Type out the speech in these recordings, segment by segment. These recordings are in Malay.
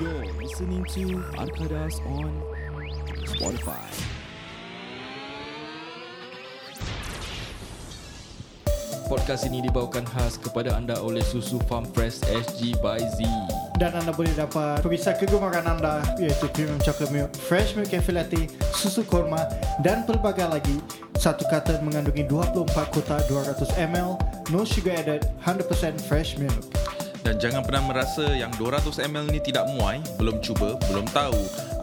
You're listening to Arkadas on Spotify. Podcast ini dibawakan khas kepada anda oleh Susu Farm Fresh SG by Z. dan anda boleh dapat pemisah kegemaran anda iaitu premium chocolate milk, fresh milk cafe latte, susu korma dan pelbagai lagi. Satu carton mengandungi 24 kotak 200 ml, no sugar added, 100% fresh milk. Dan jangan pernah merasa yang 200ml ni tidak muai, belum cuba, belum tahu.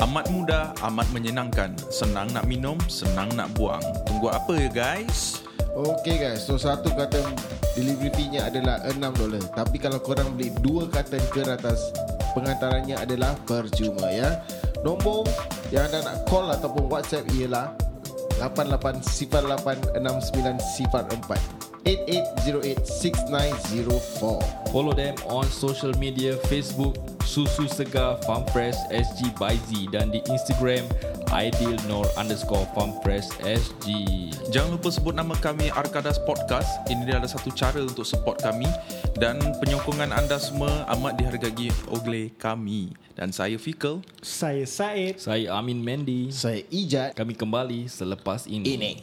Amat mudah, amat menyenangkan. Senang nak minum, senang nak buang. Tunggu apa ya guys? Okay guys, so satu carton delivery fee-nya adalah $6 Tapi kalau korang beli dua carton ke atas Pengantarannya adalah percuma ya Nombor yang anda nak call ataupun whatsapp ialah 88-0869-4 88086904 Follow them on social media Facebook Susu Segar Farm Fresh SG by Z dan di Instagram Ideal Nor underscore Farm Fresh SG. Jangan lupa sebut nama kami Arkadas Podcast. Ini adalah satu cara untuk support kami dan penyokongan anda semua amat dihargai oleh kami. Dan saya Fikal. Saya Said. Saya Amin Mendy. Saya Ijat Kami kembali selepas ini. Ini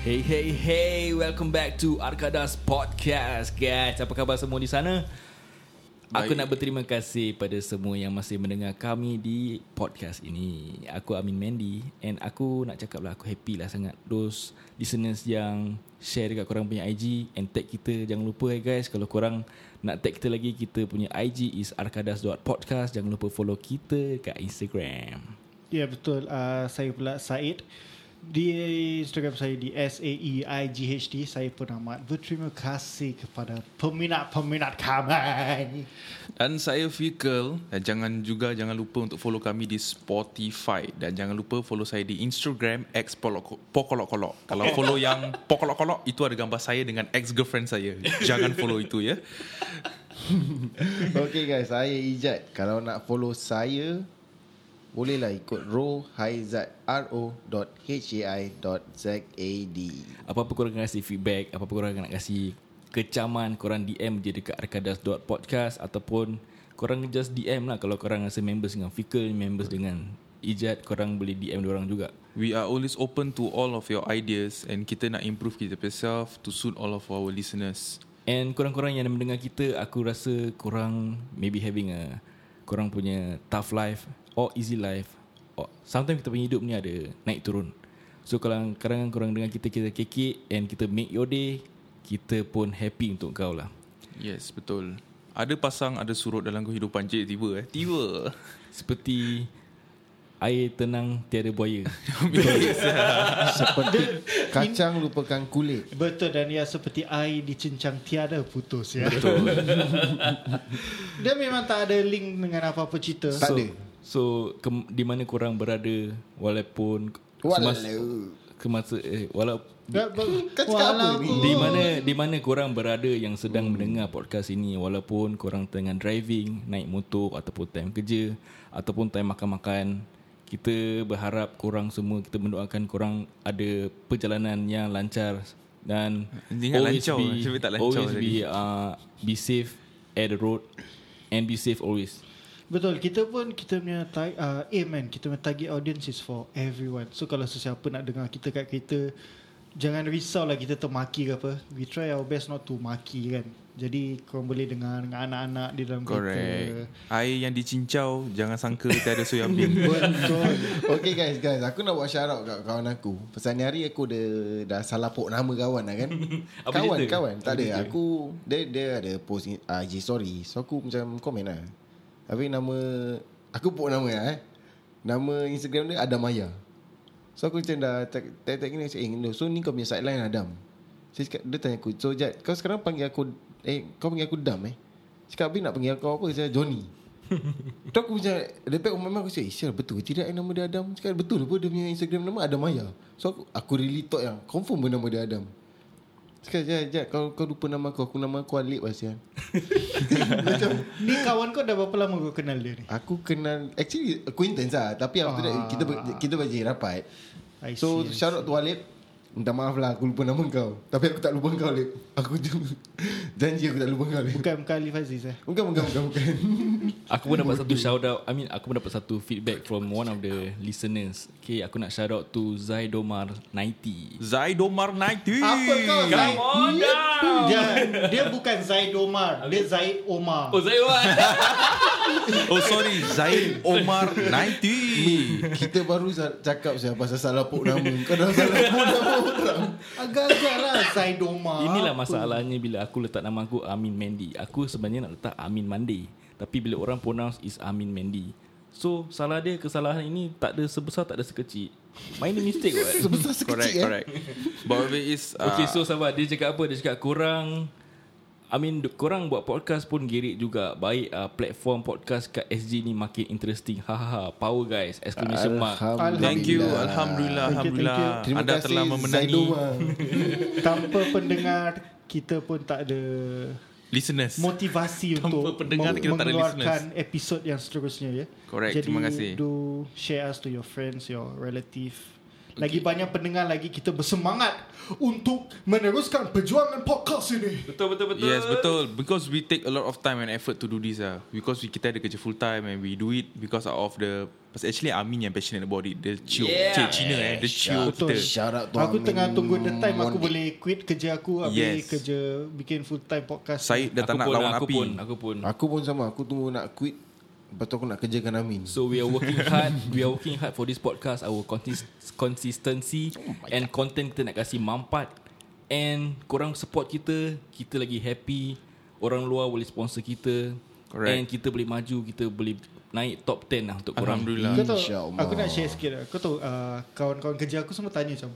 Hey hey hey, welcome back to Arkadas Podcast guys. Apa khabar semua di sana? Aku Baik. nak berterima kasih pada semua yang masih mendengar kami di podcast ini. Aku Amin Mendy and aku nak cakap lah aku happy lah sangat those listeners yang share dekat korang punya IG and tag kita. Jangan lupa eh guys kalau korang nak tag kita lagi kita punya IG is arkadas.podcast. Jangan lupa follow kita dekat Instagram. Ya betul, uh, saya pula Said. Di Instagram saya di E S-A-E-I-G-H-D Saya pun amat berterima kasih kepada peminat-peminat kami Dan saya Fikal dan jangan juga jangan lupa untuk follow kami di Spotify dan jangan lupa follow saya di Instagram X Polok- pokolok-kolok. Kalau follow yang pokolok-kolok itu ada gambar saya dengan ex girlfriend saya. Jangan follow itu ya. Okay guys, saya Ijat. Kalau nak follow saya, bolehlah ikut rohaizat ro.hai.zad. Apa-apa korang nak kasih feedback Apa-apa korang nak kasih Kecaman Korang DM je dekat Arkadas.podcast Ataupun Korang just DM lah Kalau korang rasa members dengan Fikal Members dengan Ijat Korang boleh DM orang juga We are always open to all of your ideas and kita nak improve kita punya self to suit all of our listeners. And korang-korang yang mendengar kita Aku rasa korang Maybe having a Korang punya tough life Or easy life or Sometimes kita punya hidup ni ada Naik turun So kalau kadang korang dengar kita Kita kekek And kita make your day Kita pun happy untuk kau lah Yes, betul. Ada pasang, ada surut dalam kehidupan cik tiba eh. Tiba. Seperti Air tenang tiada buaya Seperti kacang lupakan kulit. Betul dan ia seperti air dicencang tiada putus ya. Betul. Dia memang tak ada link dengan apa-apa cerita. Tak ada. So ke, Di mana korang berada Walaupun Walau. Kemasa eh, Walau Kau- Kau kau- cakap apa Walau ni? di mana di mana korang berada yang sedang hmm. mendengar podcast ini walaupun korang tengah driving, naik motor ataupun time kerja ataupun time makan-makan, kita berharap korang semua kita mendoakan korang ada perjalanan yang lancar dan Ingat always lancar, be tapi tak lancar always tadi. be uh, be safe at the road and be safe always. Betul. Kita pun kita punya tag, uh, aim kan. Kita punya target audience is for everyone. So kalau sesiapa nak dengar kita kat kereta, jangan risau lah kita termaki ke apa. We try our best not to maki kan. Jadi korang boleh dengar dengan anak-anak di dalam kereta. Correct. Air yang dicincau, jangan sangka tiada soya bean. Betul. Okay guys, guys. Aku nak buat shout out kat kawan aku. Pasal ni hari aku dah, dah salah pok nama kawan lah kan. Apa kawan, cerita? kawan. Apa Tak cerita? ada. Aku, dia, dia ada post ni- ah, IG story. So aku macam komen lah. Habis nama, aku pok nama lah eh. Nama Instagram dia Adam Maya. So aku macam dah tag tag tag ni cakap, eh, no. so ni kau punya sideline Adam. So, cakap, dia tanya aku, so Jad, kau sekarang panggil aku, eh, kau panggil aku Dam eh? Cakap, habis nak panggil kau apa? Saya Johnny. Tu aku macam Lepas aku memang aku cakap Isyar betul ke tidak eh, nama dia Adam Cakap betul apa dia punya Instagram nama Adam Maya So aku, aku really thought yang Confirm pun nama dia Adam Cakap jap jap kau, kau lupa nama aku Aku nama aku Alip lah Sian Ni kawan kau dah berapa lama kau kenal dia ni? Aku kenal Actually acquaintance lah Tapi after that kita, ber- kita berjaya rapat Ah. I So see, I shout out to Alip Minta maaf lah aku lupa nama kau Tapi aku tak lupa kau Alip Aku j- janji aku tak lupa kau Alip Bukan bukan Alif Aziz eh. Bukan bukan bukan bukan Aku pun dapat satu shout out I mean aku pun dapat satu feedback From one of the listeners Okay aku nak shout out to Zaidomar 90 Zaidomar 90 Apa kau, Zaid? Come on down Dia dia bukan Zaid Omar, dia Zaid Omar. Oh Zaidomar Oh sorry Zaid Omar 90 Kita baru sa- cakap saya pasal salah pok nama Kau dah salah pok nama orang Agak-agak lah Zaid Omar. Inilah masalahnya bila aku letak nama aku Amin Mandy. Aku sebenarnya nak letak Amin Mandi. Tapi bila orang pronounce is Amin Mandy. So salah dia kesalahan ini tak ada sebesar tak ada sekecil. Minor mistake kot. Sebesar sekecil Correct eh correct But it is uh, Okay so sahabat dia cakap apa? Dia cakap korang I mean d- korang buat podcast pun gerik juga. Baik uh, platform podcast kat SG ni makin interesting. Hahaha. Power guys. Exclamation mark. Thank you Alhamdulillah Thank you, thank Alhamdulillah you. Terima Anda kasih telah memenangi Zaidoma. Tanpa pendengar kita pun tak ada Listeners motivasi Tanpa untuk pendengar, mem- kita tak ada mengeluarkan episod yang seterusnya ya. Correct, Jadi, terima kasih. do share us to your friends, your relative. Lagi banyak pendengar lagi kita bersemangat untuk meneruskan perjuangan podcast ini. Betul betul betul. Yes betul Because we take a lot of time and effort to do this lah Because we, kita ada kerja full time And we do it because of the Because actually Amin yang passionate about it Dia cio Yeah. yeah. Cina eh Dia cio Betul. kita Shout out to Aku Amin tengah tunggu the time aku Mondik. boleh quit kerja aku habis Yes. kerja bikin full time podcast. Syed dah Aku tak nak pun, lawan aku api pun, aku pun. Aku pun sama Aku tunggu nak quit Lepas tu aku nak kerjakan Amin So we are working hard We are working hard for this podcast Our consist- consistency And content kita nak kasih mampat And korang support kita Kita lagi happy Orang luar boleh sponsor kita Correct. And kita boleh maju Kita boleh naik top 10 lah Untuk korang Alhamdulillah Kau tahu InsyaAllah. Aku nak share sikit lah Kau tahu uh, Kawan-kawan kerja aku semua tanya macam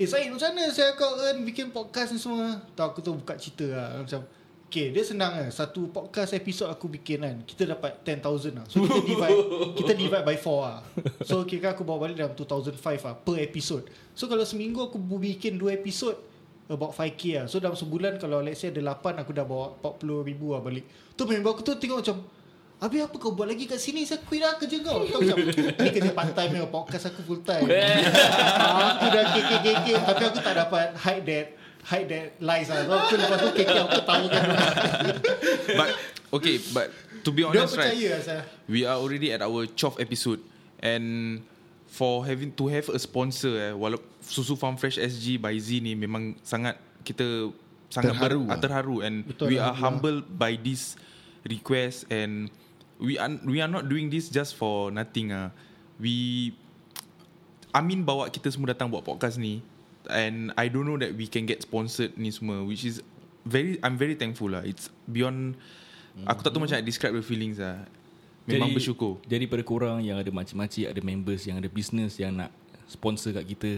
Eh Syed macam mana saya kau earn Bikin podcast ni semua Tahu aku tu buka cerita lah Macam Okay dia senang lah Satu podcast episod aku bikin kan Kita dapat 10,000 lah So kita divide Kita divide by 4 lah So kira aku bawa balik dalam 2,005 lah Per episod So kalau seminggu aku bikin 2 episod About 5k lah So dalam sebulan kalau let's say ada 8 Aku dah bawa 40 ribu lah balik Tu member aku tu tengok macam Habis apa kau buat lagi kat sini Saya quit lah kerja kau Kau macam Ni kerja part time ni, Podcast aku full time Eh. Aku dah KKKK Tapi aku tak dapat Hide that Hide that lies lah So aku lepas tu KK Aku tahu kan But Okay but To be Dia honest right percaya lah saya We are already at our 12th episode and for having to have a sponsor eh walau susu farm fresh SG by Z ni memang sangat kita sangat ber, Terharu lah. ah, terharu and Betul, lah. we are Alhamdulillah. humbled by this request and we are we are not doing this just for nothing ah we Amin bawa kita semua datang buat podcast ni and I don't know that we can get sponsored ni semua which is very I'm very thankful lah it's beyond aku tak tahu macam nak describe the feelings lah memang Jadi- bersyukur Daripada korang yang ada macam-macam Ada members yang ada business Yang nak sponsor kat kita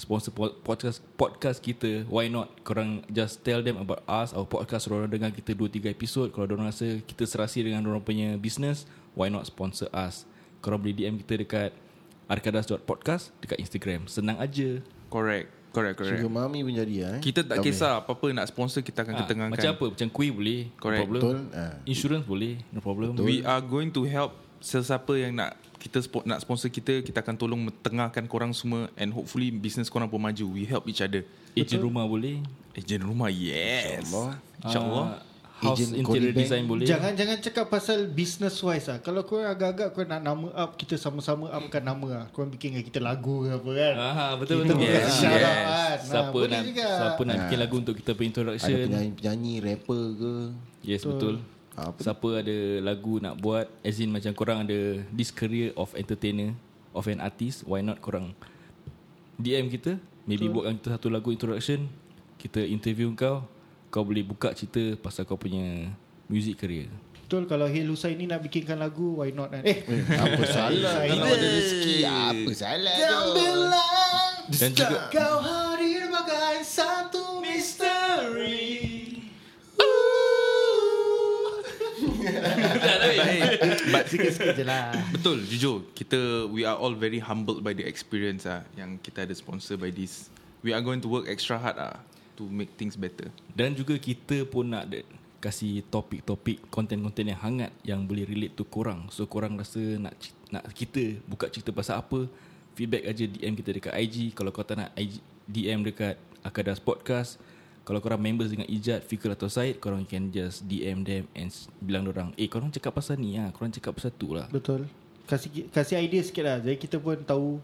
Sponsor po- podcast podcast kita Why not Korang just tell them about us Our podcast Korang dengar kita 2-3 episod Kalau orang rasa kita serasi dengan orang punya business Why not sponsor us Korang boleh DM kita dekat Arkadas.podcast Dekat Instagram Senang aja correct correct correct Sugar Mami pun jadi lah eh. kita tak kisah apa-apa nak sponsor kita akan ha, ha, ketengahkan Macam apa Macam kuih boleh No Correct. problem Betul ah. Insurance boleh No problem we are going to help sesiapa yang nak kita spo- nak sponsor kita kita akan tolong tengahkan korang semua and hopefully business korang pun maju we help each other Ejen rumah boleh agent rumah yes InsyaAllah. insyaallah Ah, House Ejen interior Cody Oh. Bank. design boleh Jangan jangan cakap pasal business wise lah. Kalau korang agak-agak korang nak nama up, kita sama-sama upkan nama lah. Korang bikin kita lagu ke apa kan. Aha, betul betul. Kita bukan Yes, shout out yes. kan. Ha, Ah, Siapa boleh nak juga. siapa nak bikin lagu untuk kita punya Ada introduction. penyanyi-penyanyi rapper ke Yes betul. Apa? Siapa ada lagu nak buat as in macam korang ada this career of entertainer of an artist, why not korang DM kita, maybe buatkan kita satu lagu introduction, kita interview kau, kau boleh buka cerita pasal kau punya music career. Betul kalau Hil Husaini nak bikinkan lagu, why not kan? Eh, Apa salah Kalau ada rezeki Apa salah tu Dan juga Kau hadir bagai satu misteri Tak tapi But Sikit-sikit je lah Ah. Betul jujur kita we are all very humbled by the experience ah yang kita ada sponsor by this. We are going to work extra hard ah to make things better. Dan juga kita pun nak de- kasih topik-topik konten-konten yang hangat yang boleh relate tu korang. So korang rasa nak ci- nak kita buka cerita pasal apa, feedback aja DM kita dekat IG. Kalau kau tak nak IG, DM dekat Akadas Podcast, kalau korang members dengan Ijat, Fikul atau Said, korang can just DM them and s- bilang orang, "Eh, korang cakap pasal ni ah, korang cakap pasal tu lah." Betul Kasih kasih idea sikit lah Jadi kita pun tahu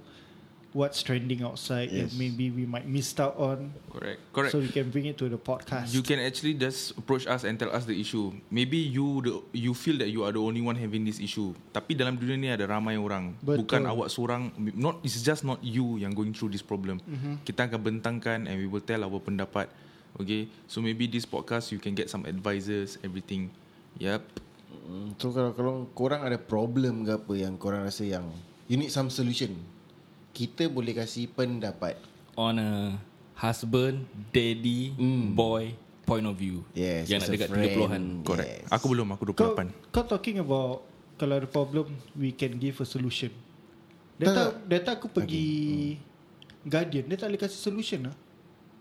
What's trending outside yes. That maybe we might missed out on Correct. Correct. So we can bring it to the podcast You can actually just approach us and tell us the issue. Maybe you the, you feel that you are the only one having this issue. Tapi dalam dunia ni ada ramai orang. Betul. Bukan awak seorang. Not it's just not you yang going through this problem. Mhm. Mm-hmm. Kita akan bentangkan and we will tell our pendapat. Okay. So maybe this podcast you can get some advices everything. Yep. Mm, So kalau, kalau korang ada problem ke apa Yang korang rasa yang You need some solution Kita boleh kasih pendapat On a husband, daddy, mm. boy point of view. Hmm. Yes, yang nak as a dekat friend. 30-an. Correct. Yes. Aku belum aku 28. kau, kau talking about Kalau ada problem We can give a solution Data, data aku pergi Guardian Dia tak boleh kasih solution lah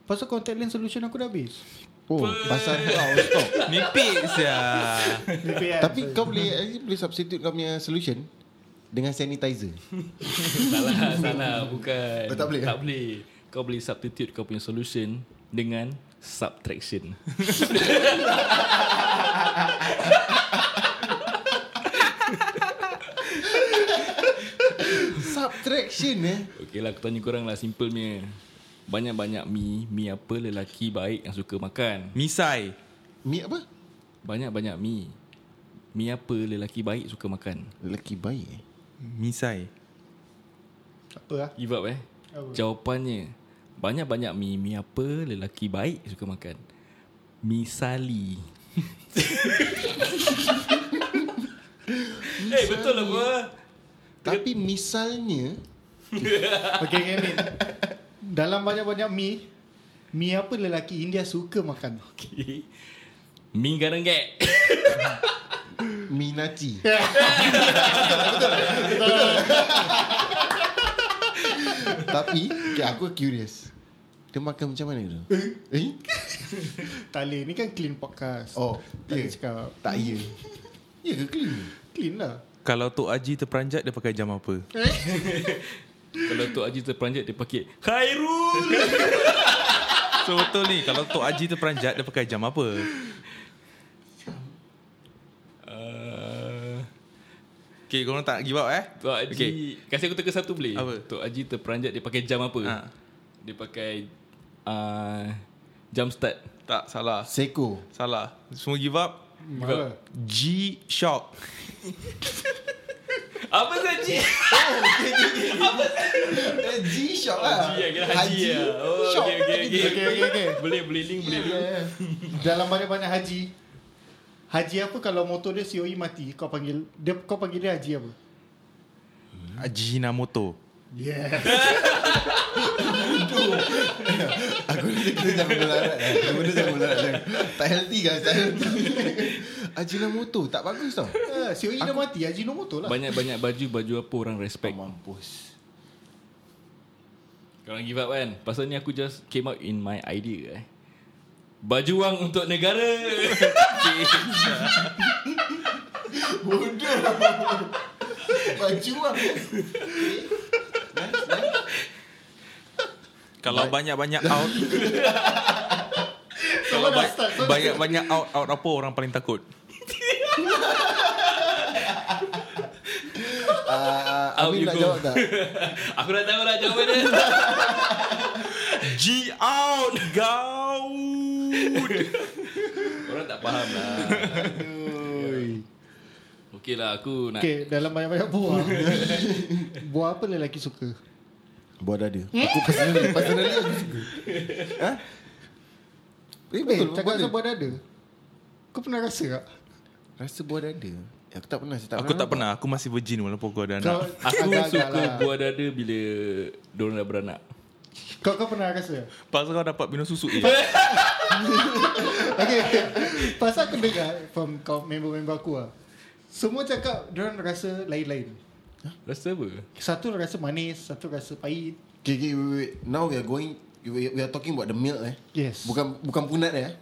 Pasal contact lens solution aku dah habis Oh pasal kau stop Kan, Nipis ya. VPN Tapi kau boleh actually boleh substitute kau punya solution Dengan sanitizer Salah, salah bukan. Oh, tak boleh? Tak boleh. Kau boleh substitute kau punya solution dengan subtraction. Subtraction eh Okey lah, aku tanya korang lah simple punya. Banyak-banyak mi, mi apa lelaki baik yang suka makan. Misai. Mi apa? Banyak-banyak mi. Mi apa lelaki baik suka makan. Lelaki baik eh Misai. Apa lah Give up eh. Jawapannya, banyak-banyak mi, mi apa lelaki baik suka makan. Misali. Eh hey, betul lah apa? Tapi misalnya Okay okay Min Dalam banyak-banyak mi Mi apa lelaki India suka makan Okay. Mi garanggek. Minaci Tapi okay, Aku curious Dia makan macam mana tu? Eh? Tak boleh Ni kan clean podcast Oh Tak ya. yeah. cakap Tak ya Ya ke clean? Clean lah Kalau Tok Haji terperanjat dia pakai jam apa? Kalau Tok Haji terperanjat Dia pakai Khairul So betul ni Kalau Tok Haji terperanjat Dia pakai jam apa uh, Okay korang tak give up eh Tok Haji okay. okay. Kasih aku teka satu boleh Apa? Tok Haji terperanjat Dia pakai jam apa Ha. Dia pakai uh, Jam start Tak salah Seko Salah Semua give up Marah G-Shock Apa saja Eh, G-Shock Haji ya kira Haji ya oh, Shock okay, okay, okay. Okay, okay, okay. Boleh boleh link boleh link yeah. Dalam banyak-banyak haji Haji apa kalau motor dia COE mati Kau panggil dia, Kau panggil dia haji apa Ah, Ajinomoto Yes Aku rasa kita jangan melarat lah. Kita benda jangan melarat jangan. Tak healthy guys Tak healthy Ajinomoto lah Tak bagus tau uh, COE dah mati Haji no motor lah Banyak-banyak baju Baju apa orang respect Mampus Korang give up kan Pasal ni aku just Came out in my idea eh Baju wang untuk negara Bodoh Baju lah Nice, nice. Kalau banyak-banyak out Kalau Semua dah ba- start Semua dah banyak-banyak out Out apa orang paling takut Ah, ah, Out Amin you nak go. jawab tak? Aku dah tahu lah jawapan dia G out Gaut Orang tak faham lah Okey lah aku nak okay. Okay dalam banyak-banyak buah Buah apa lelaki suka Buat dada Aku personally Personally aku suka Ha? Eh Eh betul cakap buat pasal dada. buah dada Kau pernah rasa tak Rasa buat dada Eh, Aku tak pernah saya Aku tak pernah Aku masih virgin Walaupun aku ada anak Kau Aku agak-agak suka lah. buah dada bila Diorang dah beranak Kau kau pernah rasa Pasal kau dapat minum susu eh? Okay Pasal aku dengar From kau member-member aku lah Semua cakap Diorang rasa lain-lain Rasa apa? Satu rasa manis Satu rasa pahit Okay, okay, wait, wait. Now we are going we, we are talking about the milk eh. Yes Bukan bukan punat eh.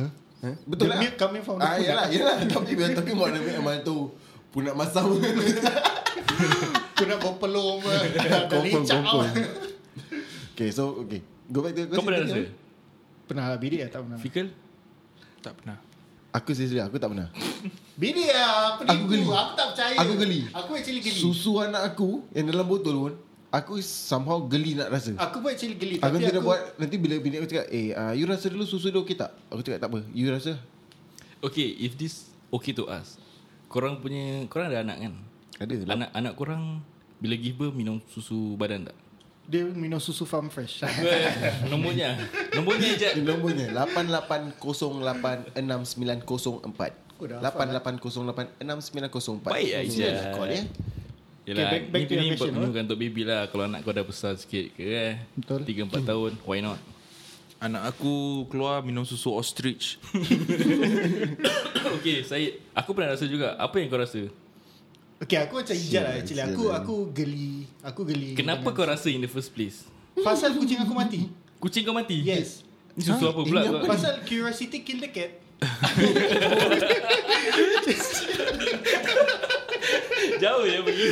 huh? Huh? Betul The lah. milk coming from the ah, punat. yalah, yalah. Tapi we are talking about the milk Amal tu punat masam. Aku nak berpeluh mah. Dah confirm, licau confirm. okay, so okay. Go back to Kau pernah rasa? Pernah lah bidik lah tak pernah Fikal? Tak pernah Aku seriously aku tak pernah. Bidik lah penipu. Aku geli. Aku tak percaya Aku geli. Aku actually geli Susu anak aku yang dalam botol pun aku somehow geli nak rasa. Aku pun actually geli Aku Ah, Tapi nanti dah aku buat Nanti bila bini aku cakap Eh uh, you rasa dulu susu dia okey tak? Aku cakap tak apa You rasa? Okay, if this okay to us. Korang punya, korang ada anak kan? Ada lah Anak anak korang bila give birth minum susu badan tak? Dia minum susu farm fresh Nomornya. Nomornya je. Nombornya 88086904 Oh, dah 88086904 Baik, Aisyah. Sila Call ya Yelah, Okay, back- back ni, to your ni buat question, eh. menukan untuk baby lah. Kalau anak kau dah besar sikit ke eh. Betul. 3-4 tahun, why not? Anak aku keluar minum susu ostrich okay, Syed. Aku pernah rasa juga. Apa yang kau rasa? Okay aku macam hijau lah actually Aku sial. aku geli Aku geli Kenapa kau rasa in the first place? Pasal kucing aku mati Kucing kau mati? Yes Ni susu apa pula? ini kau? Pasal curiosity kill the cat Jauh ya pergi.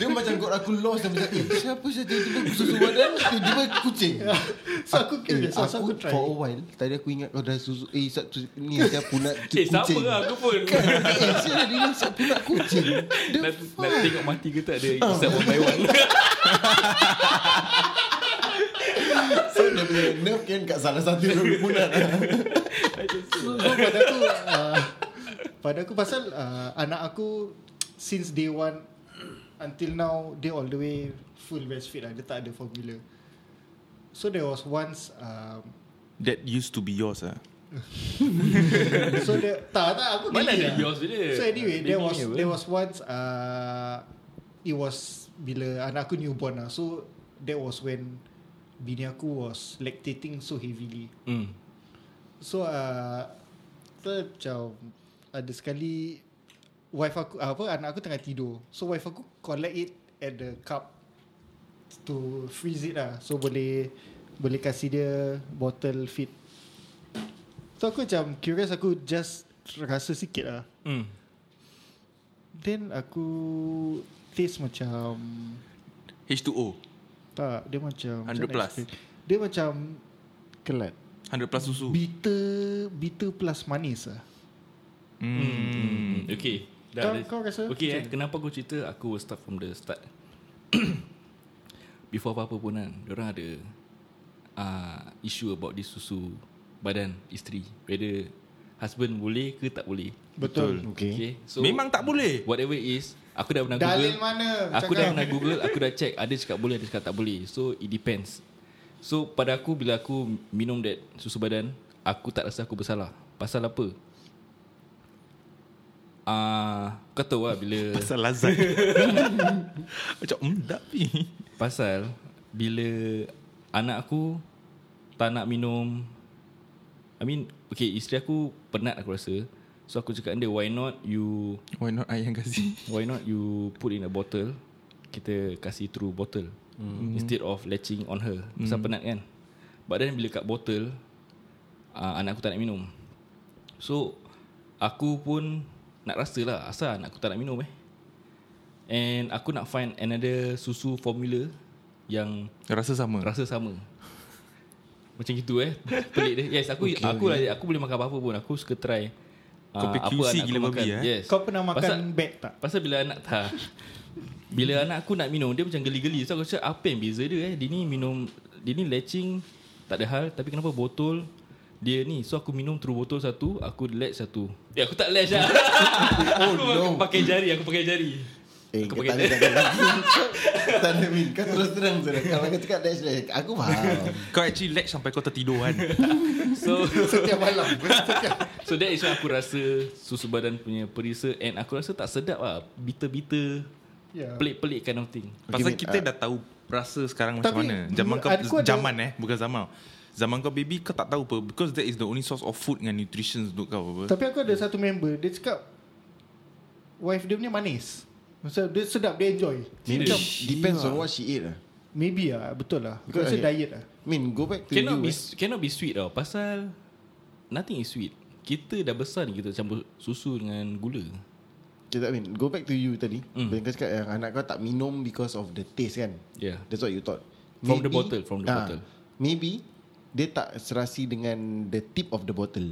Dia macam got aku lost Dia macam Eh siapa saya tiba-tiba susu badan Tiba-tiba kucing So aku Eh, curious so, so aku aku try for a while Tadi aku ingat kau dah susu Eh sat, ni saya punat Eh, kucing sama lah aku pun. Eh saya dia ingat saya punat kucing The nak, nak fuck? tengok mati ke tak Ah. dia Isap one by one So dia punya nerve kan kat salah satu dia punat So, so pada aku uh, Pada aku pasal uh, Anak aku Since day one Until now Dia all the way Full breastfeed lah Dia tak ada formula So there was once um, That used to be yours ah. So there Tak tak aku Mana geli ada lah. yours dia So anyway Dia There ni was apa? There was once uh, It was Bila anak aku newborn lah So That was when Bini aku was Lactating so heavily hmm. So uh, Kita macam Ada sekali Wife aku uh, Apa Anak aku tengah tidur So wife aku Collect it At the cup To freeze it lah So boleh Boleh kasih dia Bottle feed So aku macam Curious aku just Rasa sikit lah Hmm. Then aku Taste macam H2O Tak Dia macam 100 macam nak plus. explain. Dia macam Kelat 100 plus Oh. susu Bitter Bitter plus manis lah Hmm. Okay Kau- let's- kau rasa Okay macam eh, kenapa aku cerita Aku will start from the start Before apa-apa pun kan Diorang ada uh, Issue about this susu Badan isteri Whether Husband boleh ke tak boleh Betul, Betul. Okay Okay so, Memang tak boleh Whatever it is Aku dah pernah Dalil Google mana? Aku Cakap. dah pernah Google Aku dah check Ada cakap boleh Ada cakap tak boleh So it depends So pada aku Bila aku minum that Susu badan Aku tak rasa aku bersalah Pasal apa Ah, uh, Kau tahu lah bila Pasal lazat Macam hmm tak pi Pasal Bila Anak aku Tak nak minum I mean Okay isteri aku Penat aku rasa So aku cakap dengan dia Why not you Why not I yang kasih Why not you put in a bottle Kita kasih through bottle Hmm. mm. Instead of latching on her mm. Pasal penat kan But then bila kat bottle uh, Anak aku tak nak minum So Aku pun Nak rasa lah Asal anak aku tak nak minum eh And aku nak find another susu formula Yang Rasa sama rasa sama Macam gitu eh Pelik dia Yes aku okay, aku, okay. aku boleh makan apa-apa pun Aku suka try Kau ah, punya apa QC anak aku gila babi, makan. eh? yes. Kau pernah makan Pasal- bag tak? Pasal bila anak tak Bila anak aku nak minum Dia macam geli-geli So aku cakap Apa yang beza dia eh Dia ni minum Dia ni latching Tak ada hal Tapi kenapa botol Dia ni So aku minum through botol satu Aku latch satu Oh, Eh aku tak latch lah Aku no. pakai jari Aku pakai jari Eh, Aku kau pakai tak ada tak ada lagi. Tak ada min. Kau terus terang saja. Kalau kau cakap dash dash, aku faham. Kau actually lag sampai kau tertidur kan So Setiap malam. So that is why aku rasa Susu badan punya perisa And aku rasa tak sedap lah Bitter-bitter Ya. Pelik-pelik kind of thing Pasal Min, kita ah. dah tahu Rasa sekarang Tapi macam mana Zaman kau aku ada- Zaman eh Bukan zaman Zaman kau baby Kau tak tahu apa Because that is the only source of food Dengan nutrition untuk kau apa Tapi aku ada satu member Dia cakap wife dia punya manis. Maksudnya dia sedap, dia enjoy. Maybe Macam- depends on what she ate lah. Maybe lah, betul lah. Aku rasa Because I- diet lah. I mean go back to Cannot be you. eh. cannot be sweet tau Pasal Nothing is sweet Kita dah besar ni Kita campur susu dengan gula Kita I mean go back to you tadi. Hmm. Mm. Kau cakap yang anak kau tak minum because of the taste kan. Yeah That's what you thought. From the bottle, from the Ah, bottle. Maybe dia tak serasi dengan the tip of the bottle.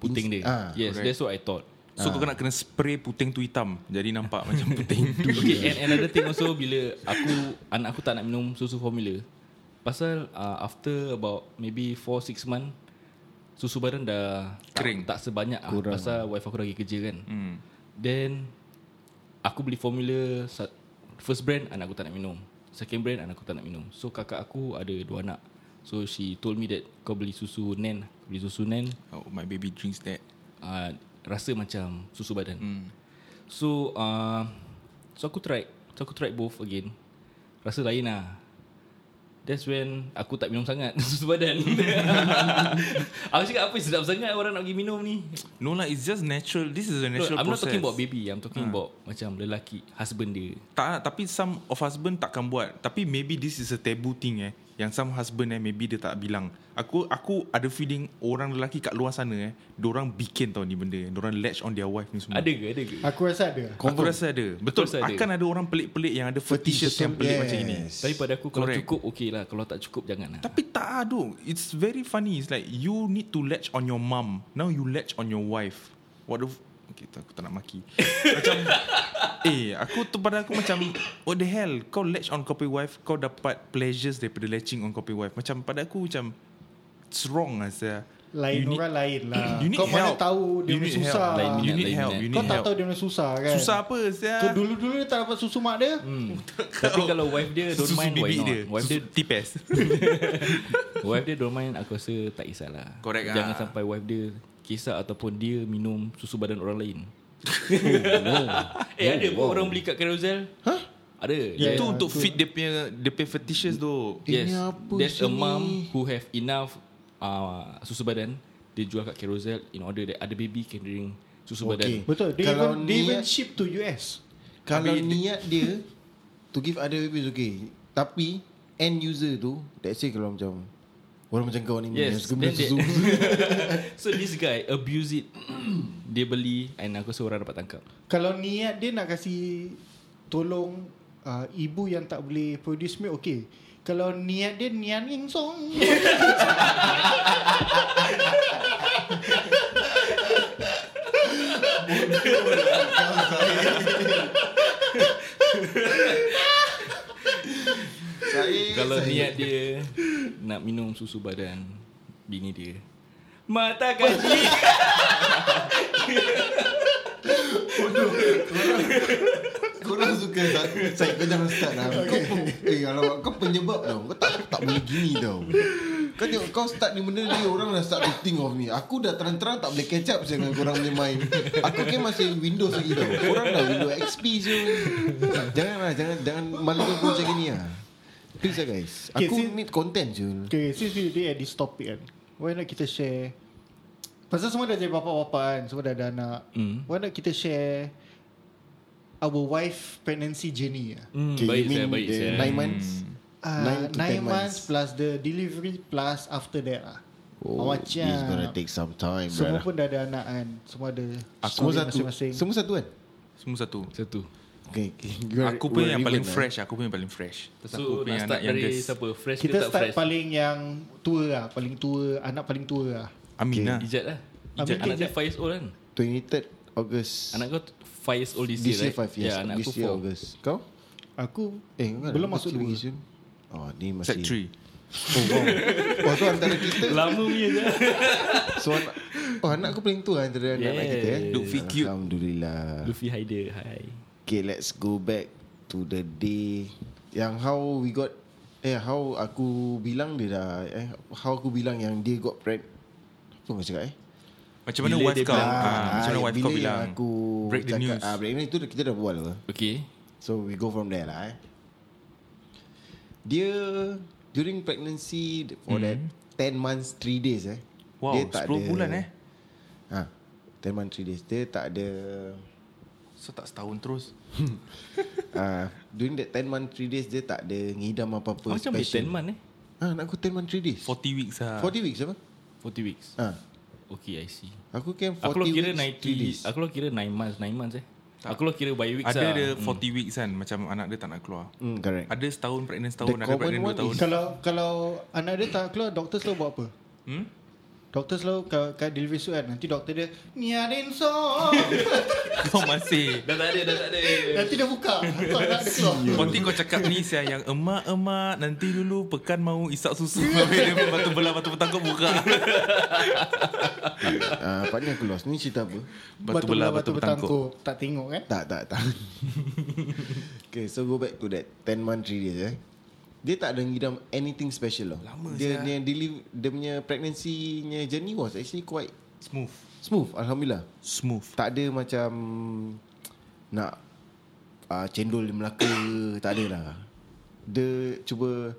Puting Ins- dia Ah, Yes correct. that's what I thought So kau kena kena spray puting tu hitam Jadi nampak macam puting Okay and another thing also Bila aku Anak aku tak nak minum susu formula Pasal uh, After about Maybe 4-6 month Susu badan dah Kering. Tak, tak sebanyak ah, Kurang. Pasal wife aku lagi kerja kan hmm. Then Aku beli formula sa- First brand Anak aku tak nak minum Second brand Anak aku tak nak minum So kakak aku Ada dua anak So she told me that Kau beli susu Nen Kau Beli susu Nen Oh my baby drinks that uh, Rasa macam Susu badan Hmm. So uh, So aku try So aku try both again Rasa lain lah That's when Aku tak minum sangat Susu badan Aku cakap apa Sedap sangat orang nak pergi minum ni No lah it's just natural This is a No, natural I'm not process Hmm. talking about baby I'm talking about Macam lelaki Husband dia Tak tapi some of husband takkan buat. Tapi maybe this is a taboo thing eh. Yang some husband eh maybe dia tak bilang. Aku aku ada feeling orang lelaki kat luar sana eh, orang bikin tau ni benda. Orang latch on their wife ni semua. Ada ke? Ada ke? Aku rasa ada. Aku rasa ada. Betul. rasa ada. akan ada orang pelik-pelik yang ada fetishes yang pelik yes. macam ini. Tapi pada aku kalau Correct. Correct. cukup okey lah Kalau tak cukup jangan lah Tapi tak ada. It's very funny. It's like you need to latch on your mum. Now you latch on your wife. What the... F- okay, tak, aku tak nak maki. macam... Eh, aku tu pada aku macam... What the hell? Kau latch on copy wife, kau dapat pleasures daripada latching on copy wife. Macam pada aku macam... It's wrong lah, Zia. Lain You need- orang lain lah. You need Kau mana help. tahu dia You punya need susah. help. Lain You minat, need lain help. minat. You Kau need tak help. tahu dia punya susah kan. Susah apa, Hmm. Zia? Kau dulu-dulu dia tak dapat susu mak dia. Tapi kalau wife dia Don't Susu mind why bibik not dia. Wife Susu dia tipes. Wife dia don't mind Aku rasa tak kisahlah Correct ah. Jangan sampai wife dia Kisah ataupun dia Minum susu badan orang lain Eh ada pun orang beli kat carousel Hah? Ada Yeah. Dia- Itu untuk fit dia punya, dia punya fetishes tu. Yes Ini apa There's a sini? mom Who have enough uh, Susu badan Dia jual kat carousel In order that Other baby can drink Susu Okay. badan Betul. They Kalau even, they even niat- ship to US. Kalau niat dia to give other people is okay. Tapi end user tu let's say kalau macam orang macam kau ni Yes, suka minum then susu. So this guy Abuse it Dia beli And aku rasa orang dapat tangkap Kalau niat dia nak kasih tolong uh, ibu yang tak boleh produce milk, okay. Kalau niat dia nian ing song. Saya- Kalau saya- niat dia Nak minum susu badan Bini dia Mata kaji Korang suka tak? Saya kau jangan start lah Kau, pun, eh, alamak, kau penyebab tau Kau tak, tak boleh gini tau Kau tengok kau start ni benda ni Orang dah start to think of ni Aku dah terang-terang tak boleh catch up saya Dengan korang punya main Aku kan masih Windows lagi tau Korang dah Windows XP je Jangan lah Jangan, jangan malu pun macam gini lah Please lah guys Okay, Aku see- need content je okay, since we did at this topic kan, why not kita share Pasal semua dah jadi bapa-bapa kan Semua dah ada anak Hmm. Why not kita share Our wife pregnancy journey lah. hmm, Okay, Baik you mean saya baik the saya Nine months Nine Uh, to nine months ten months. plus the delivery plus after that lah Oh, Macam This gonna take some time Semua brother. pun dah ada anak kan Semua ada Semua story satu masing-masing. Semua satu kan Semua satu. Satu okay, okay. Aku pun yang paling fresh Aku pun yang paling fresh So Aku pun nak yang start anak dari youngest siapa Fresh Kita ke tak start fresh fresh. paling yang tua lah Paling tua Anak paling tua lah Amin lah Ijat lah Amin Ijat ke anak dia 5 Ijat? years old kan 23rd August Anak kau 5 years old this year This year right? 5 years Ya anak This aku year 4 August Kau? Aku Eh, kau Belum masuk kecil dua. lagi, Zul. Oh ni masih Set 3 Oh wow Oh tu antara kita Lama punya je So anak Oh anak aku paling tua Antara anak-anak Yeah. kita eh. Look fit cute. Alhamdulillah Luffy hi dia Hi Okay let's go back To the day Yang how we got Eh how aku bilang dia dah eh, How aku bilang yang dia got preg Apa kau cakap eh Macam mana Bila wife dia kau bilang- Ah, Macam mana yang wife kau bila bilang yang aku Break the cakap, news ah, Break the news tu kita dah buat apa Okay So we go from there lah eh. Dia during pregnancy for mm. that 10 months 3 days eh. Wow 10 Hmm. bulan eh Ha. 10 months 3 days dia tak ada So tak setahun terus Ah, During that 10 month 3 days Dia tak ada ngidam apa-apa Macam boleh 10 month ha. eh ah, Nak aku 10 month 3 days 40, 40 weeks lah 40 weeks apa 40 weeks ah. Okay I see Aku camp 40 Aku lah kira weeks 3 days 90 Aku lah kira 9 months 9 months eh Aku lah kira by weeks Ada lah dia 40 weeks kan Macam anak dia tak nak keluar Hmm, correct Ada setahun pregnant setahun The Ada common pregnant dua one tahun is- Eh, Kalau kalau anak dia tak keluar Doktor selalu buat apa hmm? Doktor selalu kat, kat delivery suit kan Nanti doktor dia Niarin so Kau masih Dah tak ada Dah tak ada Nanti dia buka Kau nak dia keluar Nanti kau cakap ni Siang yang emak-emak Nanti dulu pekan mau isak susu Habis dia batu belah batu petang kau buka ah, Partner aku lost Ni cerita apa Batu belah batu petangkuk petangkuk. Tak tengok kan Tak tak tak Okay so go back to that 10 month 3 days eh dia tak ada ngidam anything special lah. Lama dia, sia. dia, deli- dia punya pregnancy-nya journey was actually quite Smooth smooth. Alhamdulillah. Smooth Tak ada macam Nak uh, Cendol di Melaka Tak ada lah Dia cuba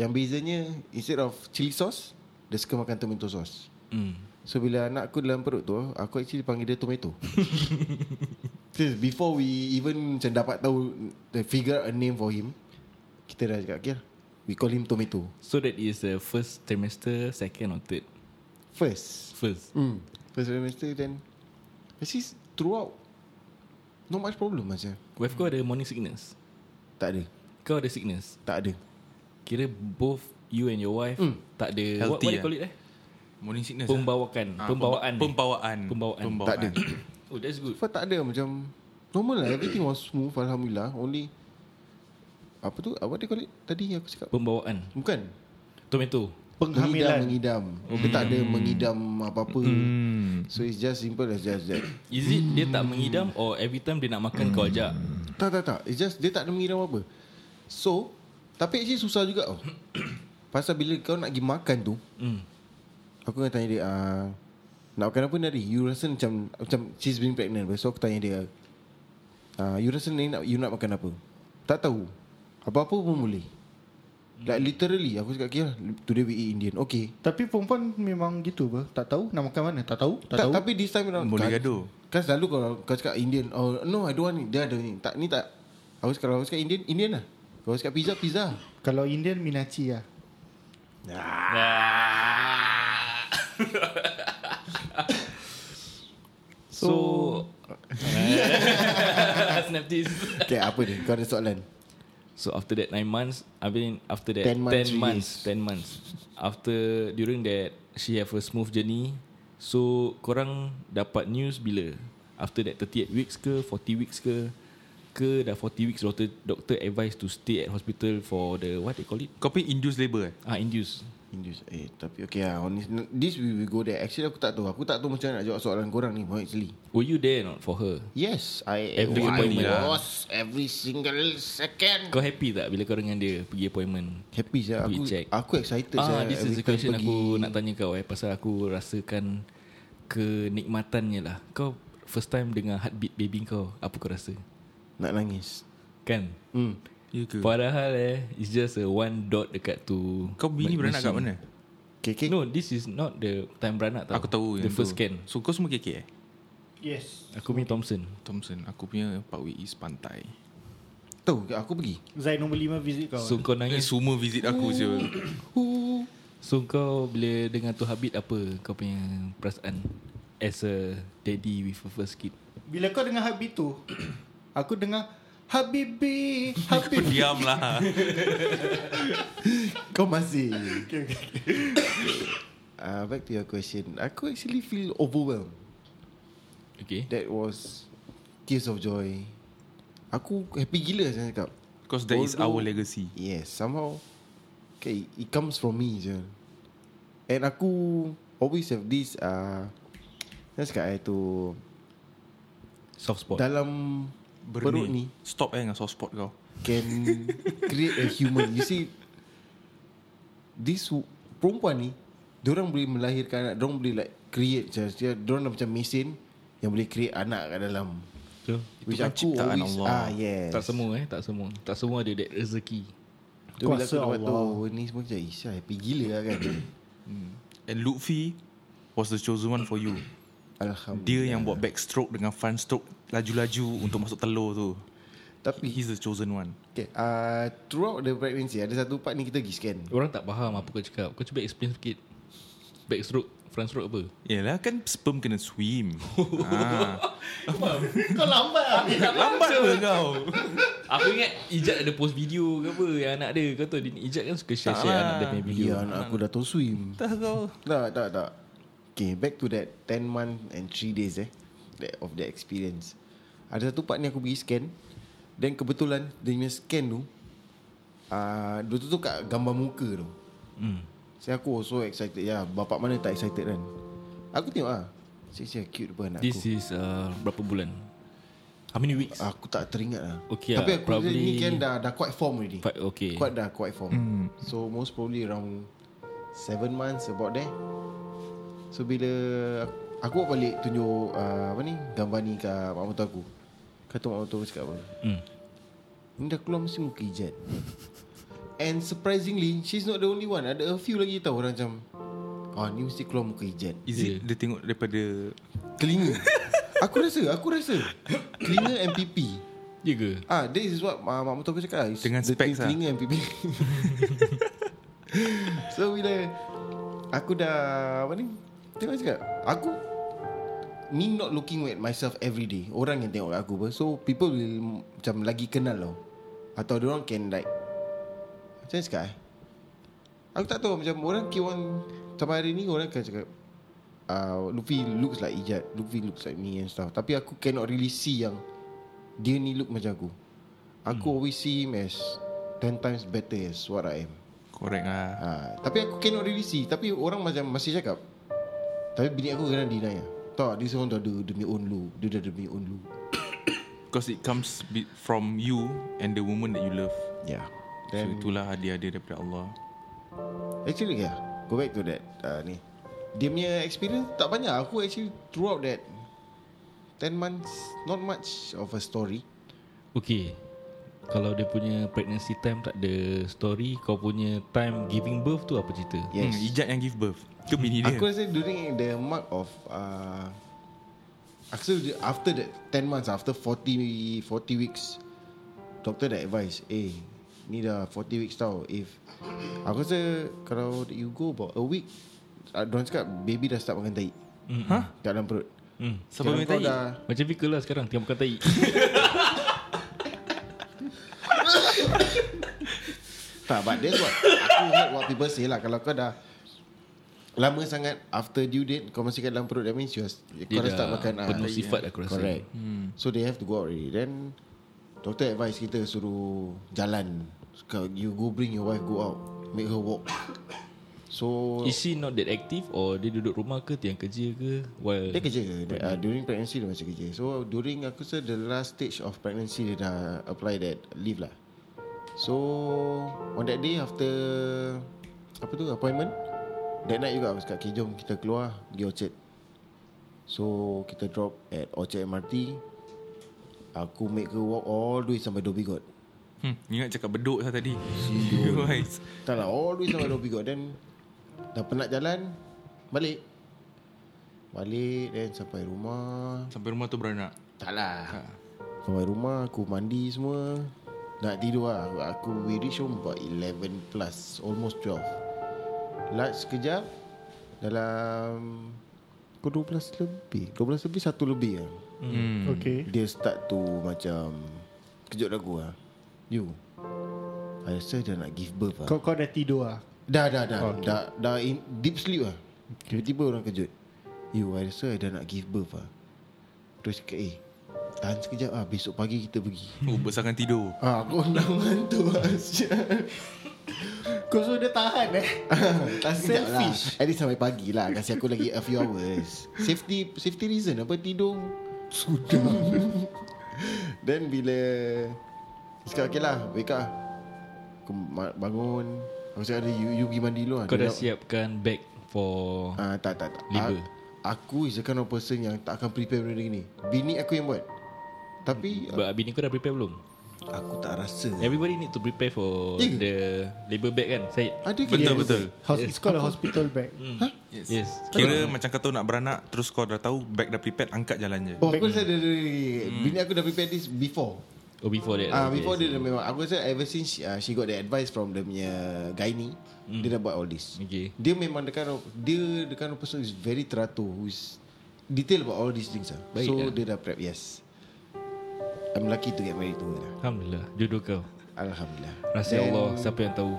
Yang bezanya Instead of chili sauce Dia suka makan tomato sauce hmm. So bila anak aku dalam perut tu Aku actually panggil dia tomato Serious, Before we even Macam dapat tahu the Figure out a name for him Kita dah cakap okay, lah. We call him tomato So that is the first trimester Second or third First First mm. First trimester then Actually throughout Not much problem macam Wife kau ada morning sickness Tak ada Kau ada sickness Tak ada Kira both You and your wife mm. Tak ada What, Hmm. what do Healthy, you eh? call it eh Morning sickness ah. Pembawakan Ah, Pembawaan pemba- Pembawaan Pembawaan. Tak ada Oh that's good Fah tak ada macam Normal lah Everything was smooth Alhamdulillah Only Apa tu Apa dia call it Tadi aku cakap Pembawaan Bukan Tomato Penghamilan Mengidam, mengidam. Dia tak ada mengidam apa-apa Hmm. So it's just simple as just that Is it dia tak mengidam Or every time dia nak makan kau ajak Tak tak tak It's just Dia tak ada mengidam apa So Tapi actually susah juga tau Pasal bila kau nak pergi makan tu hmm. Aku akan tanya dia uh, Nak makan apa ni hari You rasa macam Macam she's been pregnant So aku tanya dia uh, You rasa ni nak, you nak makan apa Tak tahu Apa-apa pun boleh Like literally Aku cakap okay lah Today we eat Indian Okay Tapi perempuan memang gitu apa Tak tahu Nak makan mana Tak tahu Tak, tak, tahu Tapi this time around Boleh kan- gaduh. Kan selalu kalau kau cakap Indian Oh no I don't want ni Dia ada ni Tak ni tak Aku cakap kalau aku cakap Indian Indian lah Kalau aku cakap pizza Pizza Kalau Indian Minachi lah Ah. So, Snaptease Okay apa ni Kau ada soalan So after that 9 months I mean after that 10 10 months, months 10 three months, days. 10 months After During that She have a smooth journey So Korang Dapat news bila After that 38 weeks ke 40 weeks ke Ke dah 40 weeks Doctor, doctor advise to stay at hospital For the What they call it Kau pay induced labour eh Ah induce Induce Eh tapi okay lah honest, This we will go there Actually aku tak tahu Aku tak tahu macam mana nak jawab soalan korang ni pun Actually Were you there or not for her? Yes I Every lah. I appointment. was Every single second Kau happy tak Bila kau dengan dia Pergi appointment Happy saya We Aku, check. aku excited Ah, saya this is the question aku nak tanya kau eh pasal aku rasakan kenikmatannya lah. Kau first time dengar heartbeat baby kau, apa kau rasa? Nak nangis Kan? hmm. Ya ke Padahal eh it's just a one dot dekat tu. Kau bini beranak kat mana Okay, okay. No, this is not the time beranak tau. Aku tahu The yang first tu. scan. So kau semua KK eh Yes Aku punya Thompson. Thompson Aku punya Pak Wee is pantai Tahu aku pergi Zain nombor 5 visit kau So kau Eh, nangis. Semua visit aku je So kau bila dengar tu heartbeat apa kau punya perasaan as a daddy with a first kid? Bila kau dengar Habib tu Aku dengar Habibi Habibi Diam lah Kau masih okay, okay. Uh, Back to your question Aku actually feel overwhelmed Okay. That was Tears of joy Aku happy gila saya cakap Because that is our Although- legacy Yes somehow Okay it comes from me je And aku Always have this uh, Saya cakap I tu Soft spot. Dalam Perut ni Stop eh dengan soft spot kau Can Create a human You see This w- Perempuan ni Diorang boleh melahirkan anak Diorang boleh like Create macam- dia- Diorang dah macam mesin Yang boleh create anak kat dalam Betul. Itu kan ciptaan Allah. Ah yes Tak semua eh, tak semua. Tak semua ada that rezeki. Tu bila aku Kuasa dapat Allah. tahu Ni semua macam Isya happy gila lah kan And Lutfi Was the chosen one for you Alhamdulillah. Dia yang buat backstroke dengan front stroke laju-laju untuk masuk telur tu. Tapi He's the chosen one. okay, uh, throughout the pregnancy ada satu part ni kita pergi scan. Orang tak faham apa kau cakap Kau cuba explain sikit Backstroke Front stroke apa Yalah kan sperm kena swim. ha. Kau lambat lah Lambat ke kau? Aku ingat Ijat ada post video ke apa Yang anak dia Kau tahu dia ni Ijat kan suka share-share lah. anak dia punya video Ya, anak aku dah tahu swim. Tak kau. Tak, tak, tak. Okay, back to that 10 month and 3 days eh. That, of that experience. Ada satu part ni aku pergi scan. Then kebetulan dia punya scan tu uh, dia tu kat gambar muka tu. hmm. Saya aku also excited. Ya, bapak mana tak excited kan? Aku tengok ah. Saya cute pun anak This aku. is uh, Berapa bulan How many weeks Aku tak teringat lah. Okay Tapi lah, aku probably... ni probably- kan dah, dah quite form already. Five, Okay Quite dah quite form. Mm. So most probably around 7 months about there. So bila aku bawa balik tunjuk uh, apa ni gambar ni kat mak mertua aku. Kata mak mertua aku cakap apa? hmm. Ni dah keluar mesti muka hijat. And surprisingly, she's not the only one. Ada a few lagi tau orang macam Ah ni mesti keluar muka hijat. Is it dia tengok daripada Telinga. aku rasa, aku rasa. Telinga MPP. Ya ke Ah, this is what uh, Mak Mertua aku cakap lah. It's Dengan the specs lah. Telinga MPP. so, bila aku dah, apa ni? Tengok dia cakap, aku me not looking at myself every day. Orang yang tengok aku apa. So, people will macam lagi kenal tau. Atau orang can like, macam mana cakap eh? Aku tak tahu macam orang keep on sampai hari ni orang akan cakap uh, Luffy looks like Ijat Luffy looks like me and stuff Tapi aku cannot really see yang Dia ni look macam aku Aku hmm. always see him as 10 times better as what I am Correct lah. uh, Tapi aku cannot really see Tapi orang macam masih cakap Tapi bini aku kena deny lah Tak, this one dah ada demi own look Dia dah demi own look Because it comes be- from you and the woman that you love. Yeah So Then, itulah hadiah dia daripada Allah. Actually yeah Go back to that uh, ni Dia punya experience tak banyak Aku actually throughout that 10 months Not much of a story Okay Kalau dia punya pregnancy time Tak ada story Kau punya time giving birth tu apa cerita Yes Hmm. Hmm, ijat yang give birth. Itu bini dia. Aku rasa during the mark of uh, Aku rasa after that 10 months After 40 40 weeks Doctor dah advise Eh Ni dah 40 weeks tau If Aku rasa Kalau you go about a week uh, Diorang cakap Baby dah start makan tai Hah? Kat dalam perut hmm. Siapa Dalam main perut tahi? dah- Macam Fika lah sekarang Tengah makan tai Tak but that's what Aku heard what people say lah Kalau kau dah Lama sangat After due date Kau masih kat dalam perut That means you are, Kau dah dah start makan ah, penuh tai. sifat lah, aku rasa. Correct hmm. So they have to go out already Then Doctor advise kita Suruh Jalan Kau- You go bring your wife Go out Make her walk So Is she not that active Or dia duduk rumah ke Tiang kerja ke While Dia kerja ke? Uh, during pregnancy dia masih kerja. So during aku rasa the last stage of pregnancy dia dah apply that leave lah. So on that day after apa tu appointment that night juga aku cakap okay jom kita keluar pergi Orchard. So kita drop at Orchard MRT. Aku make her walk all the way sampai Dhoby Ghaut. Hmm, you nak cakap beduk lah tadi. Guys. Tak lah All the way sampai Dhoby Ghaut Then Dah penat jalan Balik Balik Then sampai rumah Sampai rumah tu beranak. Ha. Tak lah Sampai rumah Aku mandi semua Nak tidur lah Aku- Aku we reach home About 11 plus Almost 12 Lunch sekejap Dalam Pukul 12 lebih 12 lebih Satu lebih lah Okay Dia start tu macam Kejut aku lah You I rasa dah nak give birth lah Kau kau dah tidur lah Dah dah dah okay. Dah dah in deep sleep lah Tiba-tiba orang kejut You I rasa I dah nak give birth lah Terus cakap eh Tahan sekejap lah Besok pagi kita pergi Oh, besarkan tidur. Ah, kau dah mengantuk lah sial. Kau suruh dia tahan eh Tak sekejap lah Selfish. At least sampai pagi lah Kasih aku lagi a few hours Safety safety reason apa tidur Sudah Then bila Sekarang okay lah Wake up lah. Aku ma- bangun Aku cakap dia you, you pergi mandi dulu lah Kau Dia dah nak- siapkan bag For Ah tak tak tak. Liver. A- aku is the kind of person yang tak akan prepare benda ni. Bini aku yang buat. Tapi But bini kau dah prepare belum aku tak rasa. Everybody need to prepare for Ya ke? The Labor bag kan Syed Ada ke Betul, dia- betul. Hos- It's called a hospital bag Ha? Yes. yes. Kira macam kau tahu nak beranak Terus kau dah tahu Bag dah prepared Angkat jalan je Oh, aku rasa dia, dia, dia, bini aku dah prepare this before. Oh before that. Ah, uh, before dia, dia memang aku rasa ever since uh, she got the advice from the punya gynae, mm. dia dah buat all this. Hmm. Okay. Dia memang the kind of dia the kind of person who is very teratur, who is detail about all these things. Ah. Baik so lah. dia dah prep, yes. I'm lucky to get married to her. lah. Alhamdulillah jodoh kau. Alhamdulillah. Rahsia Allah siapa yang tahu.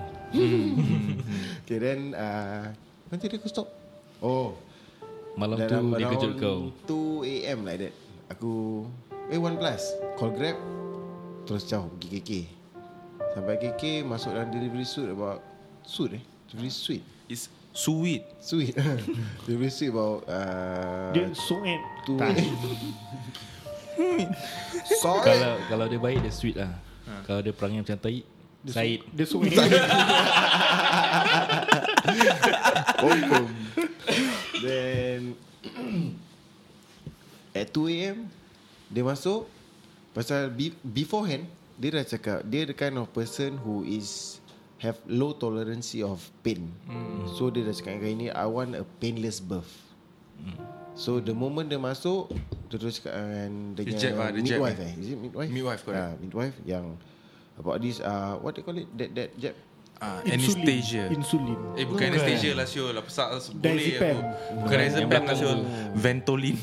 Okay, then uh, nanti dia aku stop. Oh, Malam tu dia kejut kau. 2 am like that Aku Eh 1 plus Call grab Terus jauh pergi KK Sampai KK Masuk dalam delivery suite About Suite eh Delivery suite It's sweet Suite Delivery suite about uh, Dia suit 2 am Sorry Kalau kalau dia baik dia sweet lah. Kalau dia perangai macam tai Said. Dia suit Confirm Then At 2 am Dia masuk Pasal be, beforehand Dia dah cakap Dia the kind of person who is Have low tolerance of pain Hmm. mm. So dia dah cakap dengan ini I want a painless birth Hmm. So the moment dia masuk Dia terus cakap dengan Dengan Dia jab lah, dia jab midwife eh. eh. Is it midwife? Midwife, correct. Ah, midwife yang About this uh, What they call it That, that jab uh, Insulin. Anastasia Insulin Eh bukan Anastasia lah Syul Lah pesak lah Boleh Diazepam. aku Bukan Diazepam lah Oh. Syul Ventolin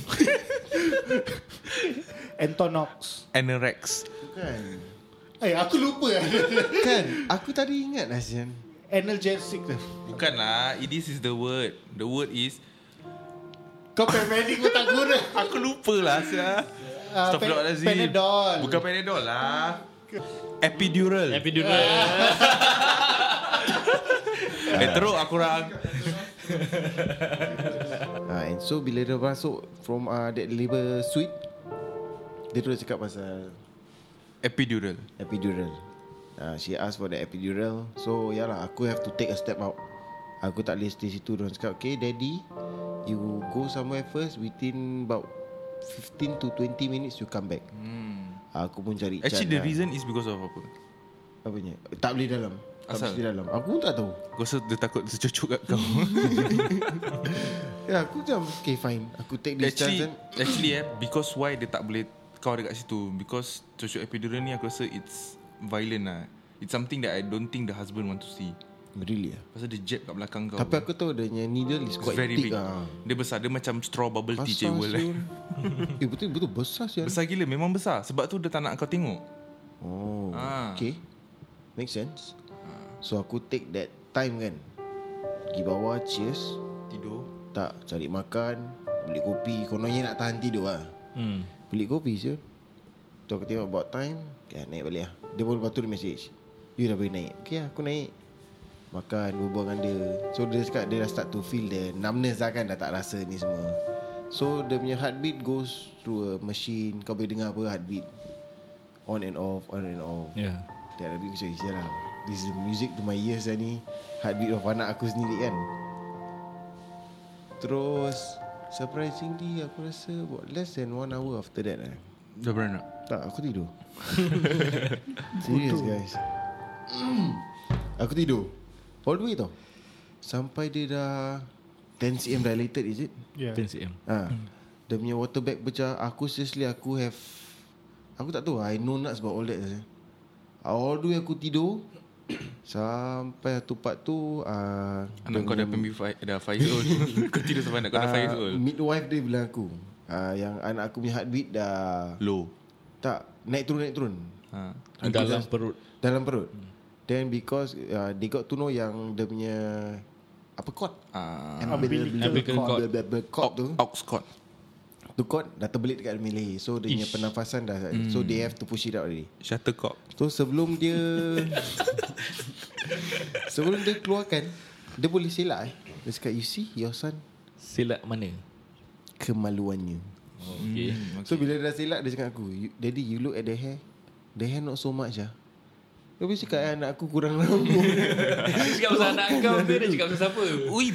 Antonox Anorex Bukan Eh aku lupa Kan Aku tadi ingat lah Sian Analgesic tu Bukan lah Eh, This is the word The word is Kau paramedic pun tak guna Aku lupa lah Syah Ah, Astaghfirullahalazim Pan- Panadol. Bukan Panadol lah Epidural Epidural. Eh teruk aku orang uh, And so bila dia masuk From uh, that labor suite Dia terus cakap pasal Epidural Epidural uh, She asked for the epidural So ya lah Aku have to take a step out Aku tak boleh stay situ Dia cakap Okay daddy You go somewhere first Within about 15 to 20 minutes You come back hmm. Aku pun cari Actually the lah. reason is because of apa Apa ni Tak boleh dalam Asal? Tak boleh dalam Aku pun tak tahu Kau rasa dia takut tercucuk kat kau Ya aku macam Okay fine Aku take this Actually chance and, Actually eh Because why dia tak boleh Kau ada kat situ Because cucuk epidural ni Aku rasa it's Violent lah It's something that I don't think The husband want to see Really lah Pasal dia jab kat belakang kau Tapi aku tahu dia punya needle is It's quite very thick big ah. Dia besar Dia macam straw bubble tea Pasal cewel eh. siul. lah. Eh betul betul besar sial. Besar gila Memang besar Sebab tu dia tak nak kau tengok Oh. Ah. Okay. Make sense. So aku take that time kan. Pergi bawah cheers. Tidur Tak cari makan, beli kopi, kononnya nak tahan tidur ah. Hmm. Beli kopi sial. Tu aku tengok about time, okay, naik balik ah. Dia baru lepas tu dia message. You dah boleh naik. Okay lah, aku naik. Makan, berbual dengan dia. So dia cakap dia dah start to feel the numbness lah kan. Dah tak rasa ni semua. So dia punya heartbeat goes through a machine. Kau boleh dengar apa heartbeat. On and off, on and off. Ya. Yeah. Dia ada beat macam Sial lah This is music to my ears lah ni Heartbeat of anak aku sendiri kan Terus Surprisingly aku rasa About less than one hour after that lah Dah beranak Tak aku tidur Serius guys Aku tidur All the way tau Sampai dia dah 10cm dilated is it? yeah. 10 cm. Ha. Dia punya water bag pecah Aku seriously aku have Aku tak tahu I know nuts about all that saja. All the way aku tidur Sampai satu part tu uh, Anak kau dah pembi Fa- Dah Faizul Kau tidur sama anak kau dah Faizul ah, Midwife dia bilang aku uh, Yang anak aku punya heartbeat dah Ah, Low Tak Naik turun naik turun ha. Dalam perut. Dalam perut Then because uh, They got to know yang Dia punya Apa cord Ah, Umbilical cord. Cord tu Oxcord Tu cord Dah terbelit dekat Malay So dia punya pernafasan dah So they Hmm. have to push it out already Shuttlecock So sebelum dia Sebelum dia keluarkan Dia boleh selak eh Dia cakap You see your son Silap mana? Kemaluannya Oh, okay. So bila dia dah selak Dia cakap aku "You- Daddy you look at the hair The hair not so much lah Dia boleh cakap eh, Anak aku kurang rambut Dia cakap pasal anak kau tu dia cakap pasal siapa? Ui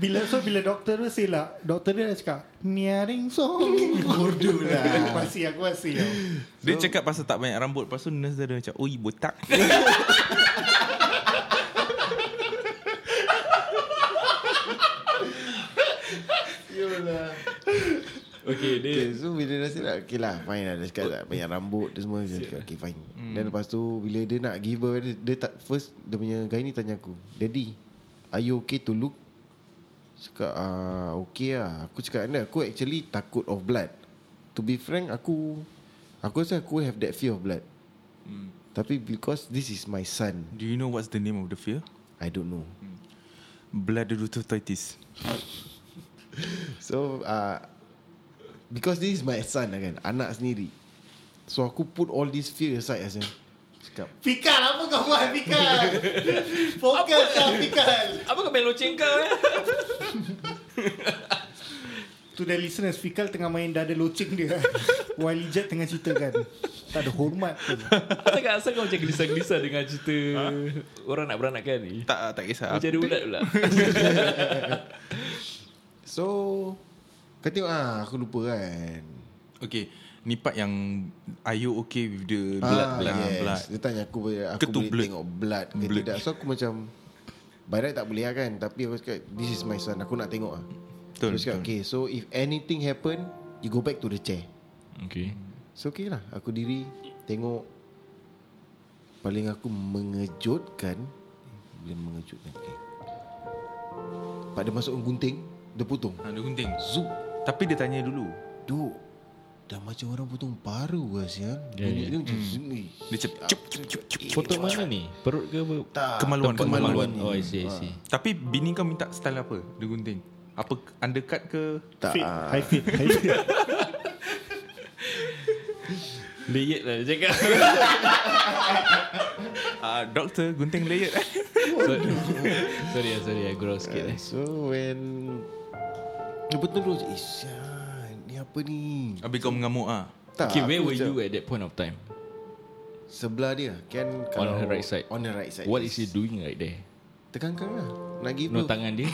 Bila so bila doktor tu sila Doktor dia dah cakap Niaring song Bodoh lah Masih aku masih tau. Dia cakap pasal tak banyak rambut Lepas tu nurse dia dah macam Oi botak Yolah Okay dia Okay, so bila dah silap Okay lah fine lah Dia cakap tak banyak rambut Dia semua Dia cakap okay fine Dan lepas tu Bila dia nak give birth Dia, dia tak First dia punya guy ni tanya aku Daddy Are you okay to look Cakap ah, Okay lah Aku cakap anda Aku actually takut of blood To be frank Aku Aku rasa aku have that fear of blood Tapi because This is my son Do you know what's the name of the fear? I don't know Bladderutitis So uh, Because this is my son lah kan Anak sendiri So aku put all this fear aside as in, Cakap Fikal apa kau buat Fikal Fokus kau Fikal Apa kau main loceng kau eh To the listeners Fikal tengah main dada loceng dia While Ijat tengah cerita kan Tak ada hormat pun Asal kau, asal kau macam gelisah-gelisah Dengan cerita Orang nak beranak kan ni Tak tak kisah Macam ada ulat pula So Kau tengok ah Aku lupa kan Okay Ni part yang Are you okay with the Ah, blood lah, blood. Dia tanya aku boleh- Aku Ketua boleh blood. tengok blood ke Blood. tidak So aku macam By right tak boleh lah kan Tapi aku cakap This is my son Aku nak tengok lah Betul, Aku cakap betul. okay So if anything happen You go back to the chair Okay So okay lah Aku diri Tengok Paling aku mengejutkan Bila mengejutkan okay. Pak dia masuk gunting Dia putung Ha, Dia gunting Zup Tapi dia tanya dulu Duk Dah macam orang potong paru lah siang Ya, yeah, Bunyi yeah. dia Hmm. macam mm. Dia cep, cep, cep, cep, cep, cep. Foto mana ni? Perut ke apa? Tak Kemaluan Tempat Kemaluan, Ah. kemaluan Oh I see I see Tapi bini kau minta style apa Dia gunting Apa undercut ke Tak Fit ah. High fit High fit Layet lah dia cakap uh, Doktor gunting layer Sorry Sorry ah, sorry I grow sikit eh So when Dia betul terus Eh siang Ni apa ni Habis kau mengamuk ah. tak, Okay where aku were macam you at that point of time? Sebelah dia Kan On kalau her right side On her right side What is he doing right there? Tekan-tekan lah Nak give No birth tangan dia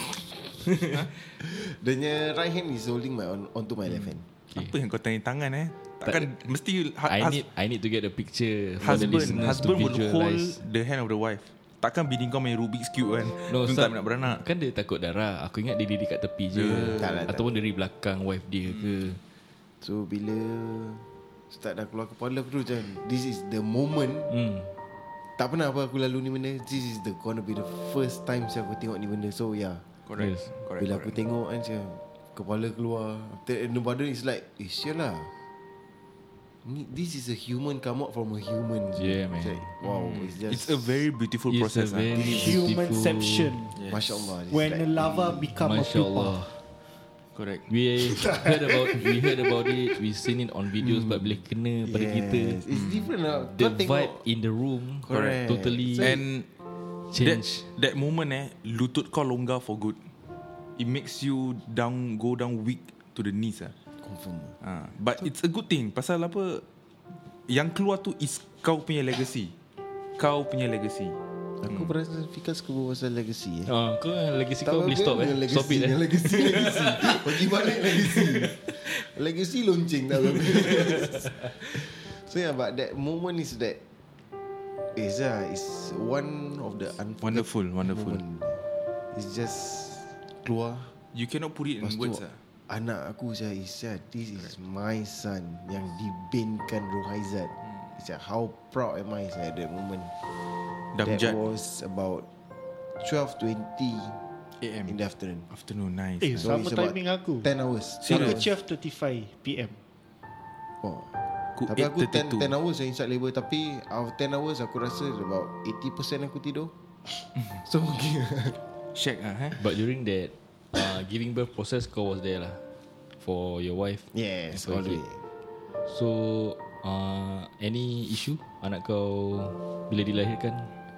The right hand is holding my on, onto my left hand. Apa yang kau tanya tangan eh Takkan Mesti ha- I hus- need I need to get a picture For the Husband listeners to Husband will hold visualise The hand of the wife Takkan bini kau main Rubik's Cube kan No, Tu Sam, tak nak beranak Kan dia takut darah Aku ingat dia diri kat tepi je Tak lah, tak Ataupun dari belakang wife dia ke So bila start dah keluar kepala aku tu macam this is the moment. Hmm Tak pernah apa aku lalu ni benda. This is the gonna be the first time saya aku tengok ni benda. So yeah. Correct, Yes. correct, Bila correct. aku tengok kan macam kepala keluar. After and the badan is like, eh sial lah. Ni- This is a human come out from a human. Yeah, man. It's like, wow, it's just It's a very beautiful It's a process very lah. beautiful- Humanception Masya Allah it's When like- a lava become a Masya pupa Allah Correct. We heard about We heard about it We seen it on videos But bila kena pada yes. kita It's different lah The Kau tengok vibe in the room Correct. Totally And that change that moment eh, lutut kau longgar for good. It makes you down, go down weak to the knees ah. Confirm Ah, but it's a good thing pasal apa? Yang keluar tu is kau punya legacy. Kau punya legacy. Aku berasa Fika suka berbual pasal legacy eh. Ah, kau legacy kau boleh stop eh. legacy, Stop it eh. Legacy, legacy. Pergi balik legacy. legacy lonceng tak apa. so yeah, but that moment is that is ah is one of the unforgettable Wonderful, wonderful. moment. It's just keluar You cannot put it in lepas tu words ah. anak aku saya Isya, this is my son yang dibinkan Ruhaizat. Hmm. Isya, how proud am I saya at that moment. That Damjat was about 12.20 AM. in the afternoon. Afternoon nice. Eh nice. So sama it's about timing aku 10 hours. Aku Serious? chef 35pm Oh. Aku Tapi aku 10, 10 8:32. hours saya inside labor Tapi out of 10 hours aku rasa about 80% aku tidur So mungkin Check ah eh. But during that uh, giving birth process kau was there lah for your wife. Yes Okay. all the way So uh, any issue anak kau bila dilahirkan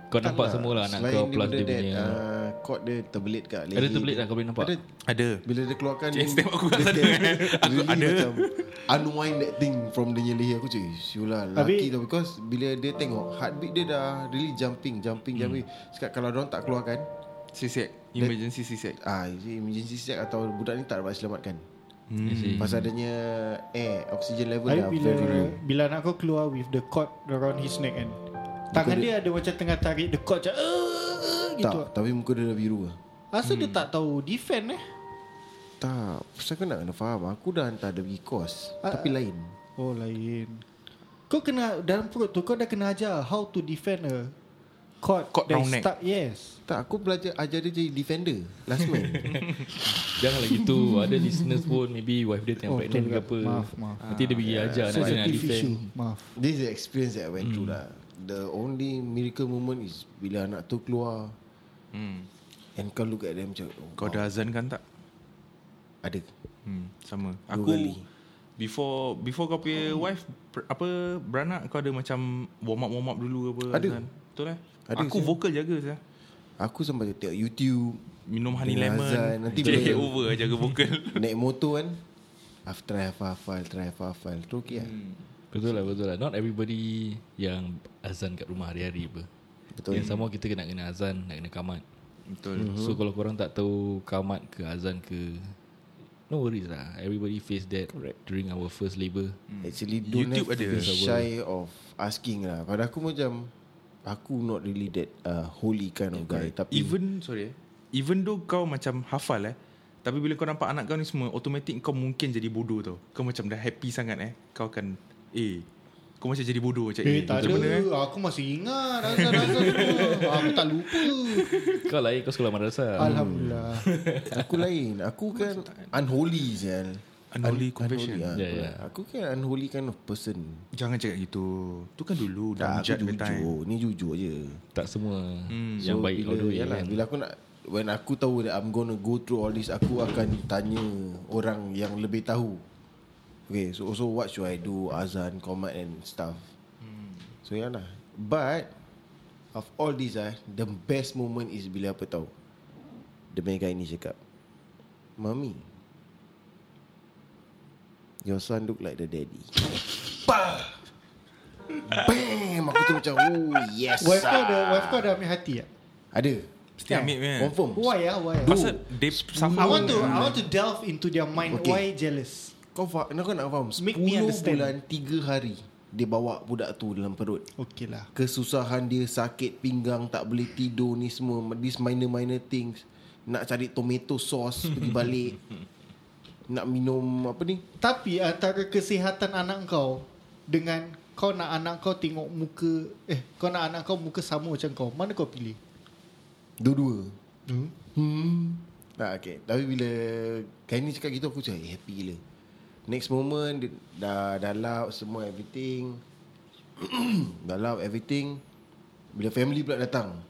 kau nampak Tak lah. semua lah anak Selain kau ni plus benda dia that, punya. uh, Cord dia terbelit kat Ada terbelit lah kau boleh nampak? Ada Ada. Bila dia keluarkan Cik, dia- step aku kat dia- sana, dia- eh. Aku really ada. macam Unwind that thing From dia punya leher Aku cakap Syulah Habis- lelaki tau Because Hmm. bila dia tengok Heartbeat dia dah Really jumping Jumping jumping Sekarang kalau dia tak keluarkan Sisek Emergency sisek Ah, jadi emergency check atau budak ni tak dapat selamatkan. I see. Hmm. Pasal adanya air, oxygen level Hari dah bila very low. Bila anak kau keluar With the cord Around his neck kan Tangan Bukan dia ada macam tengah tarik The cord macam "Ah," Gitu Tak, tapi muka dia dah biru lah. Asal dia Hmm. tak tahu Defend eh Tak, pasal kau nak kena faham. Aku dah hantar dia pergi kos. Ah, tapi lain. Oh lain Kau kena Dalam perut tu Kau dah kena ajar How to defend a Cord Cord that round is neck. stuck- Yes Tak, aku belajar ajar dia jadi defender. Last man. Janganlah lah gitu Ada listeners pun Maybe wife dia tengah oh, Oh, pregnant ke betul juga. apa Maaf, maaf. Nanti dia pergi ajar Nak kena Sensitive defend issue Hmm. Maaf This is the experience that I went through lah. The only miracle moment is bila anak tu keluar hmm. and kau look at them macam, oh, Kau dah azan kan tak? ada. Hmm, sama. Dua Aku kali. before before kau punya wife per, apa beranak kau ada macam warm up warm up dulu ke apa? Ada. azan? Betul eh? Ada, aku saya. vokal jaga saya. Aku sampai tengok YouTube, Minum honey Dengar lemon. azan, nanti Take boleh. over jaga vokal. naik motor kan. I've try hafal, try hafal. Tu okey lah. Hmm, Betul lah betul lah Not everybody Yang azan kat rumah hari-hari apa Betul. Yang sama kita kena kena azan Nak kena kamat Betul. So kalau korang tak tahu Kamat ke azan ke No worries lah Everybody face that Correct. During our first labour Actually don't hmm. YouTube YouTube have to ada. be shy of asking lah. Pada aku macam, aku not really that uh, holy kind of guy. Tapi Even sorry eh. Even though kau macam hafal eh tapi bila kau nampak anak kau ni semua Automatic kau mungkin jadi bodoh tau Kau macam dah happy sangat eh Kau akan Eh Kau macam jadi bodoh macam Eh tak macam ada mana, eh? Aku masih ingat Azan-azan semua Aku tak lupa Hmm. Kau lah eh Kau sekolah Ah. madrasah Alhamdulillah Aku lain Aku kan Unholy Zal Unholy Un- confession. unholy, ah. Ya, ya. Aku kan unholy kind of person Jangan cakap gitu Tu kan dulu Dah Tak aku hujat bedtime jujur Ni jujur je Tak semua hmm. Yang So, baik bila, all the way yalah, kan Bila aku nak When aku tahu that I'm gonna go through all this Aku akan tanya Orang yang lebih tahu Okay so also what should I do Azan, komat and stuff So ya lah But Of all these ah The best moment is bila apa tahu The main guy ni cakap Mummy Your son look like the daddy Bah! Bam Aku tu macam Oh yes Wife kau ah. ada Wife kau ada ambil hati tak Ada Mesti ambil kan Confirm Why ah why ah? Pasal They I somehow want to I want to delve into their mind Okay. Why jealous Kau faham Kau nak faham 10 Make me understand. bulan 3 hari Dia bawa budak tu dalam perut Okay lah Kesusahan dia Sakit pinggang Tak boleh tidur ni semua These minor-minor things Nak cari tomato sauce Pergi balik Nak minum Apa ni Tapi antara kesihatan anak kau Dengan kau nak anak kau tengok muka Eh kau nak anak kau muka sama macam kau Mana kau pilih? Dua-dua Hmm? Hmm Nah, okay. Tapi bila Kain ni cakap gitu Aku cakap eh, happy gila Next moment dia, Dah, dah loud Semua everything Dah loud everything Bila family pula datang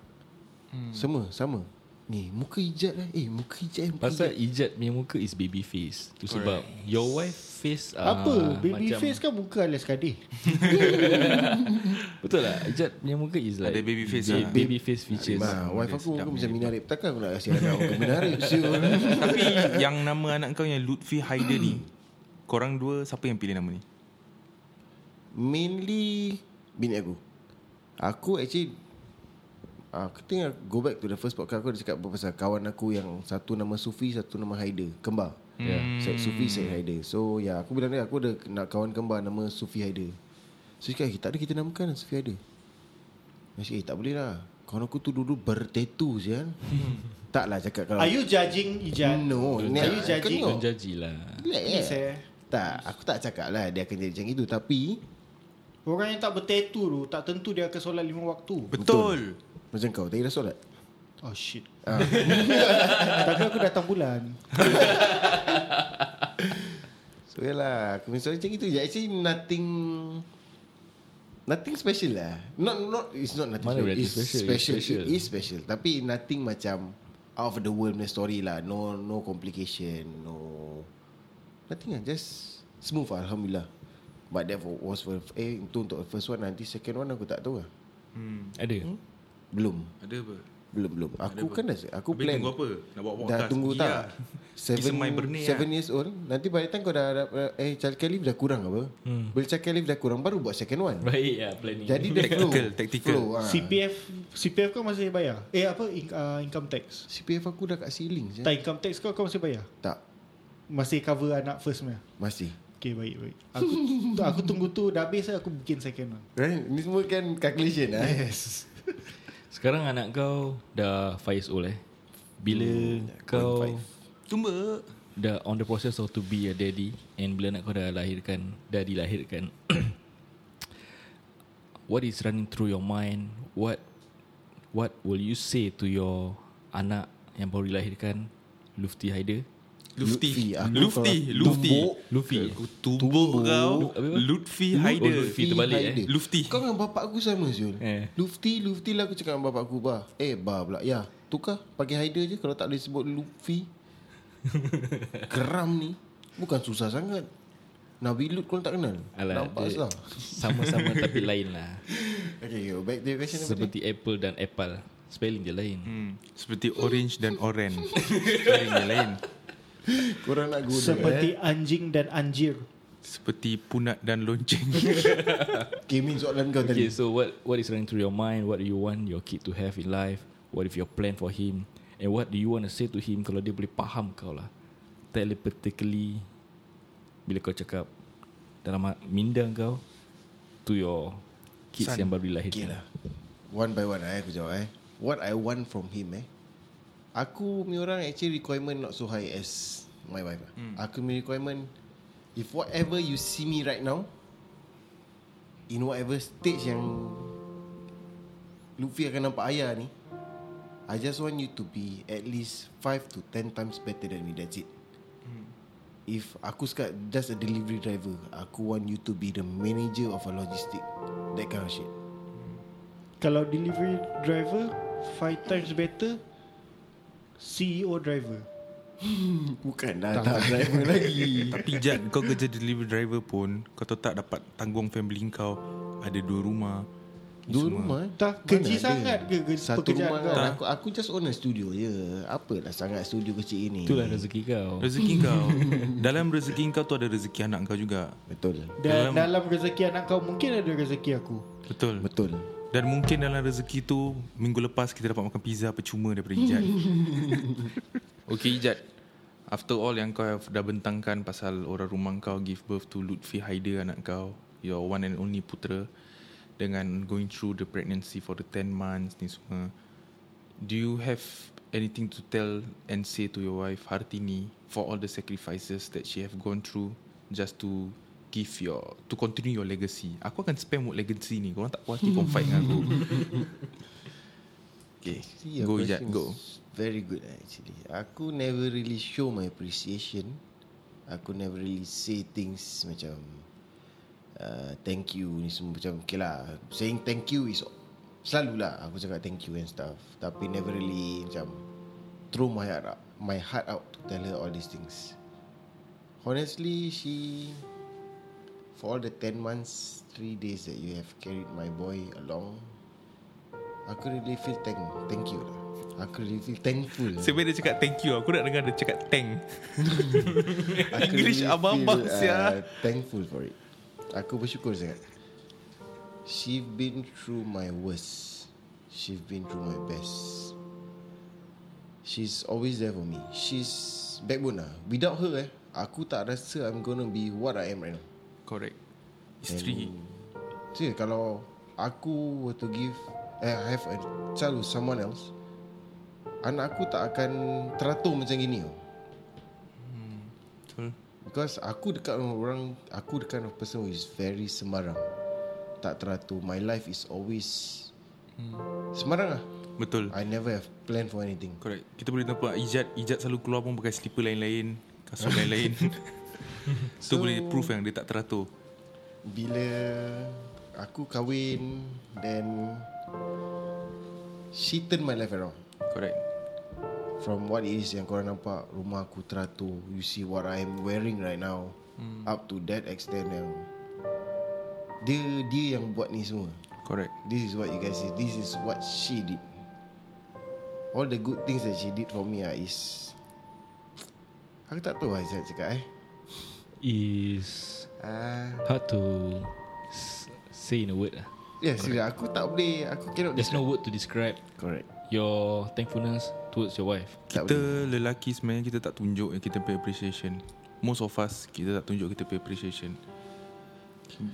hmm. Semua sama Ni muka hijab lah Eh muka hijab eh, muka Pasal hijab. ijat punya muka is baby face Tu sebab Your wife face ah, Apa? Baby face kan muka Alias Kadir Betul lah Ijat punya muka is like Ada baby face ba- lah. Baby face features Ma, wife aku sedap muka ni. macam minarip Takkan aku nak kasih anak aku minarip siul. Tapi yang nama anak kau Yang Lutfi Haider ni Korang dua Siapa yang pilih nama ni Mainly Bini aku Aku actually ah, Aku tengok Go back to the first podcast Aku ada cakap pasal Kawan aku yang Satu nama Sufi Satu nama Haider Kembar Ya. Syed Sufi Syed Haider So ya yeah, Aku bilang dia Aku ada nak kawan kembar Nama Sufi Haider So dia cakap "Eh, Tak ada kita namakan lah Sufi Haider Dia cakap eh tak boleh lah Kawan aku tu dulu bertetu je kan Taklah cakap kalau Are you judging Ijan? Ah. No ni- Are you kau judging? tengok. Don't judge lah Relax, eh. Please, eh. Tak Aku tak cakap lah Dia akan jadi macam itu Tapi Orang yang tak bertatu tu Tak tentu dia akan solat lima waktu Betul Macam kau Tadi dah solat Oh shit Ah. Tapi aku datang bulan So ya lah Aku punya story macam itu je Actually nothing Nothing special lah Not not It's not nothing Mana berarti It's special? special, It's special. special. It is special Tapi nothing macam Out of the world punya story lah No no complication No Nothing lah Just Smooth lah Alhamdulillah But that for- was for Hmm? Eh itu untuk the first one Nanti second one aku tak tahu lah Ada Belum Ada apa Belum belum Aku kan dah Aku Habis plan tunggu apa? Nak buat podcast. Dah tunggu Pergi lah. tak Seven, semai benih seven lah. years old Nanti by the time kau dah dah- Eh childcare leave dah kurang apa hmm. Bila childcare leave dah kurang Baru buat second one Baik ya planning. Jadi dia flow Tactical, tactical. flow, ha. CPF CPF kau masih bayar Eh apa in, uh, income tax CPF aku dah kat ceiling je Tak income tax kau kau masih bayar Tak Masih cover anak first punya Masih Okay baik baik Aku tu, aku tunggu tu dah habis eh, Aku bikin second lah. one Right? Ni semua kan calculation lah Yes Sekarang anak kau dah 5 years old eh. Bila Hmm, ya, kau Tumba. dah on the process of to be a daddy and bila anak kau dah lahirkan, dah dilahirkan. what is running through your mind? What what will you say to your anak yang baru dilahirkan, Lufti Haider? Lufti. Lutfi, aku Lufti. kalau- Lufti. Tumbuk. Lutfi. Aku Tumbuk kau. Apa? Lutfi Lut- Haider. Oh, Lutfi terbalik eh. Haider. Lufti. Kau dengan bapak aku sama Zul Eh. Lufti Lufti lah aku cakap dengan bapak aku bah. Eh bah pula Ya Tukar pakai Haider je Kalau tak boleh sebut Lutfi Geram ni Bukan susah sangat Nabi Lut kau tak kenal Alah, Nampak dia asal sama-sama tapi lain lah. Okay okay, back to your question apa tadi? Seperti apple dan apple. Spelling je lain. Hmm, Seperti orange dan oren. Orange yang lain. Korang nak guna Seperti anjing dan anjir Seperti punat dan lonceng. eh? Okay Min soalan kau Okay, tadi so what what is running through your mind? What do you want your kid to have in life? What if your plan for him? And what do you want to say to him kalau dia boleh faham kau lah? Telepathically, bila kau cakap dalam ha- minda kau to your kids Son. yang baru Okay dilahirkan. lah One by one eh, aku jawab eh What I want from him eh Aku punya orang actually requirement not so high as my wife lah. Aku punya requirement If whatever you see me right now In whatever stage yang Luffy akan nampak ayah ni I just want you to be at least 5 to 10 times better than me That's it If aku sekat just a delivery driver Aku want you to be the manager of a logistic That kind of shit Kalau delivery driver Five times better CEO driver Bukan dah tak, driver lagi Tapi Jad, kau kerja delivery driver pun, kau tahu tak dapat tanggung family kau. Ada dua rumah. Dua rumah eh? Tak, Mana keji ada? sangat ke ke- Satu pekerjaan rumah kau? kan aku, aku just own a studio je Apalah sangat studio kecil ini Itulah rezeki kau. Rezeki kau. Dalam rezeki kau tu ada rezeki anak kau juga. Betul Dan dalam rezeki anak kau Mungkin ada rezeki aku Betul. Betul Dan mungkin dalam rezeki tu Minggu lepas kita dapat makan pizza percuma daripada Ijat Okay Ijat After all yang kau have dah bentangkan Pasal orang rumah kau give birth to Lutfi Haider anak kau Your one and only putera Dengan going through the pregnancy for the 10 months ni semua Do you have anything to tell and say to your wife Hartini For all the sacrifices that she have gone through Just to give your to continue your legacy. Aku akan spam word legacy ni. Korang tak puas ni confide dengan aku. Okay your Go, question Ijat, is go. Very good lah actually Aku never really show my appreciation Aku never really say things macam uh, Thank you ni semua macam Okay lah Saying thank you is Selalulah aku cakap thank you and stuff Tapi never really macam Throw my heart out My heart out to tell her all these things Honestly she For all the 10 months 3 days that you have carried my boy along Aku really feel thank Thank you lah Aku really feel thankful Sebab dia cakap thank you Aku nak dengar dia cakap thank Aku English abang-abang feel, uh, sia. Thankful for it Aku bersyukur sangat She been through my worst She's been through my best She's always there for me She's backbone lah Without her eh Aku tak rasa I'm gonna be what I am right now Correct Isteri See, kalau aku were to give eh, have a child with someone else, anak aku tak akan teratur macam gini. tau. Betul Because aku dekat dengan orang, aku the kind of person who is very sembarang. Tak teratur. My life is always sembarang lah. Betul I never have plan for anything. Correct Kita boleh nampak Ijat Ijat selalu keluar pun pakai slipper lain-lain Kasut lain-lain so, So- boleh proof yang dia tak teratur bila aku kahwin then she turn my life around. Correct From what it is yang korang nampak Rumah aku teratur You see what I'm wearing right now hmm. Up to that extent yang Dia Dia yang buat ni semua Correct This is what you guys see This is what she did all the good things that she did for me ah is aku tak tahu lah saya cakap eh. Is Ah, hard to s- say in a word lah. yes, yeah, aku tak boleh, aku cannot There's no word to describe Correct. your thankfulness towards your wife. Tak Kita lelaki sebenarnya kita tak tunjuk yang kita pay appreciation. Most of us kita tak tunjuk kita pay appreciation.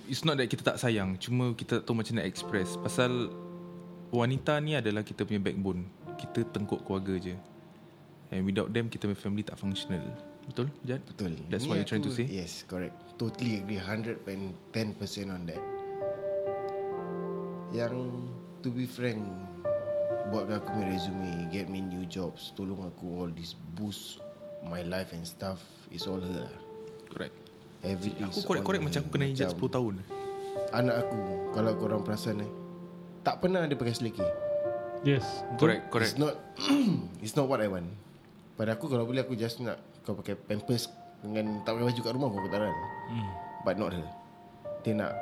It's not that kita tak sayang, cuma kita tak tahu macam nak express. Pasal wanita ni adalah kita punya backbone. Kita tengkuk keluarga je. And without them kita punya family tak functional. Betul? Jad? Betul. That's Ni what you're trying to aku- say? Yes, correct. Totally agree 110% on that. Yang to be frank buat aku punya resume, get me new jobs, tolong aku all this boost my life and stuff is all her. lah. Correct. Everything Aku is korek-korek all macam her. aku kena hijab 10 tahun. Anak aku kalau korang perasan eh tak pernah dia pakai seleki. Yes Correct, correct. It's not It's not what I want Pada aku kalau boleh aku just nak Kau pakai pampers Dengan tak pakai baju kat rumah pun aku tak nak mm. But not her Dia nak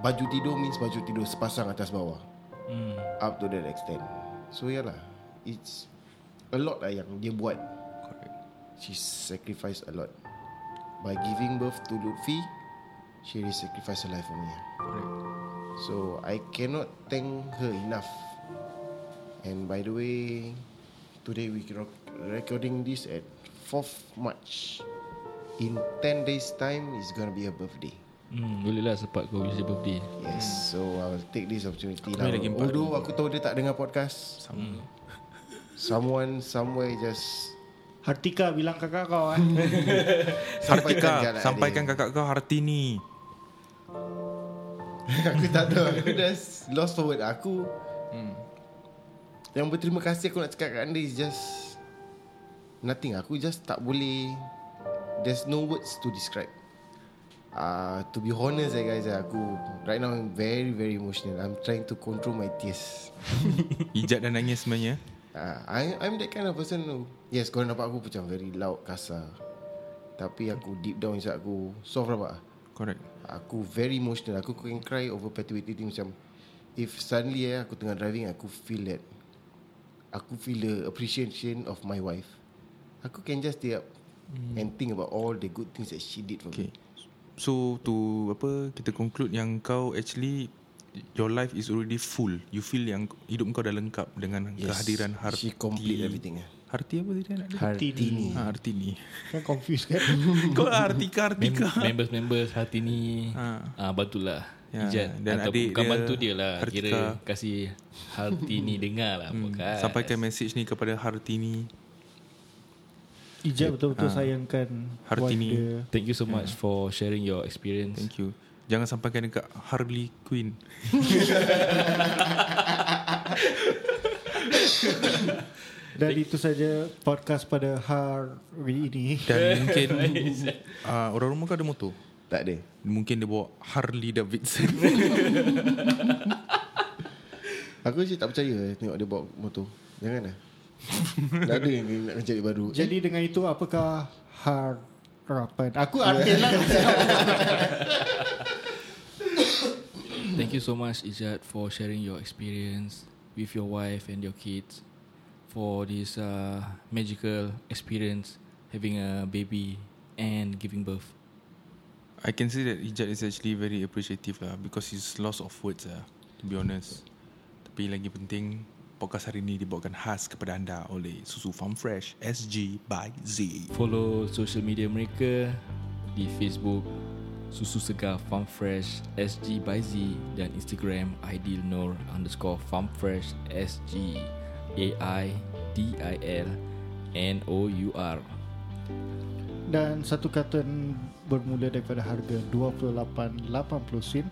Baju tidur means baju tidur sepasang atas bawah Hmm. Up to that extent So ya lah It's A lot lah yang dia buat Correct. She sacrificed a lot By giving birth to Lutfi She really sacrificed her life for me Correct. So I cannot thank her enough. And by the way, today we rec- recording this at 4th March. In 10 days time is going to be her birthday. Hmm, boleh lah sepat kau wish dia birthday. Hmm. Yes, so I'll take this opportunity Aku now. lagi empat. Although aku tahu dia tak dengar podcast, Sama. someone somewhere just Hartika bilang kakak kau eh. sampaikan Hartika, jalan sampaikan dia. kakak kau Hartini. aku tak tahu aku just lost forward aku. Yang berterima kasih aku nak cakap kat anda is just nothing. Aku just tak boleh there's no words to describe. Uh, to be honest eh guys, eh, aku right now I'm very very emotional. I'm trying to control my tears. Hijab dan nangis sebenarnya. Uh, I, I'm that kind of person who, Yes korang nampak aku macam very loud Kasar Tapi aku deep down inside aku Soft nampak Correct. Aku very emotional Aku can cry over perpetuity thing Macam If suddenly eh, aku tengah driving Aku feel that Aku feel the appreciation of my wife Aku can just stay up mm. And think about all the good things That she did for Okay. me So to apa kita conclude yang kau actually your life is already full. You feel yang hidup kau dah lengkap dengan yes. kehadiran Harti. She complete everything eh. Harti apa tadi anak dia? Hartini Ha, Hartini. Kan confused kan kau lah Hartika Mem- Hartika. members-members hati ni Ha. ha. uh, bantulah Ya, ya, Ijat dan Atau adik bukan dia, bantu dia lah Hartika. Kira kasih hati ni dengar lah hmm. podcast Sampaikan message ni kepada Hartini. Ijab betul-betul sayangkan Hartini. wife dia. Thank you so much yeah. for sharing your experience Thank you. Jangan sampaikan dekat Harley Quinn. Dan itu saja podcast pada hari ini Dan mungkin uh, orang rumah kau ada motor. Tak ada Mungkin dia bawa Harley Davidson. Aku je tak percaya eh, Tengok dia bawa motor Jangan lah Tak ada yang nak cari baru Jadi dengan itu apakah harapan Aku Arkin lah Thank you so much Ijat for sharing your experience with your wife and your kids for this uh, magical experience having a baby and giving birth. I can say that Ijat is actually very appreciative lah because he's lost of words lah to be honest. Tapi lagi penting podcast hari ini dibawakan khas kepada anda oleh Susu Farm Fresh SG by Z. Follow social media mereka di Facebook Susu Segar Farm Fresh SG by Z dan Instagram Aidil Nur underscore Farm Fresh SG A I D I L N O U R. Dan satu karton bermula daripada harga RM28.80 sen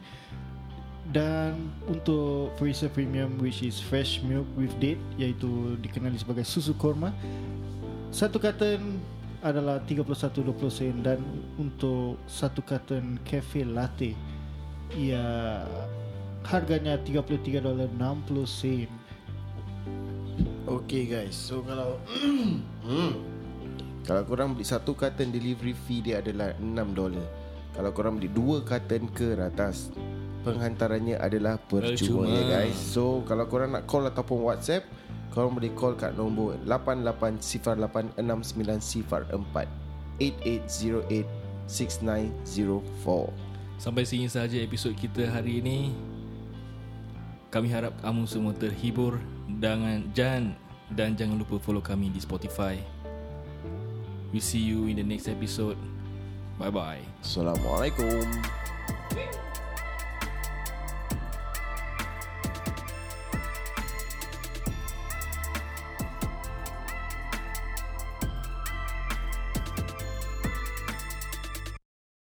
dan untuk Freezer Premium which is fresh milk with date iaitu dikenali sebagai susu korma satu karton adalah RM31.20 sen dan untuk satu karton cafe latte ia harganya $33.60 sen Okay guys So kalau Hmm. Kalau korang beli satu carton Delivery fee dia adalah $6 Kalau korang beli dua carton ke atas Penghantarannya adalah percuma, Percuma. ya guys So kalau korang nak call ataupun whatsapp Korang boleh call kat nombor 88-08-69-4 8808-6904 Sampai sini sahaja episod kita hari ini. Kami harap kamu semua terhibur dengan Jan dan jangan lupa follow kami di Spotify. We see you in the next episode. Bye bye. Assalamualaikum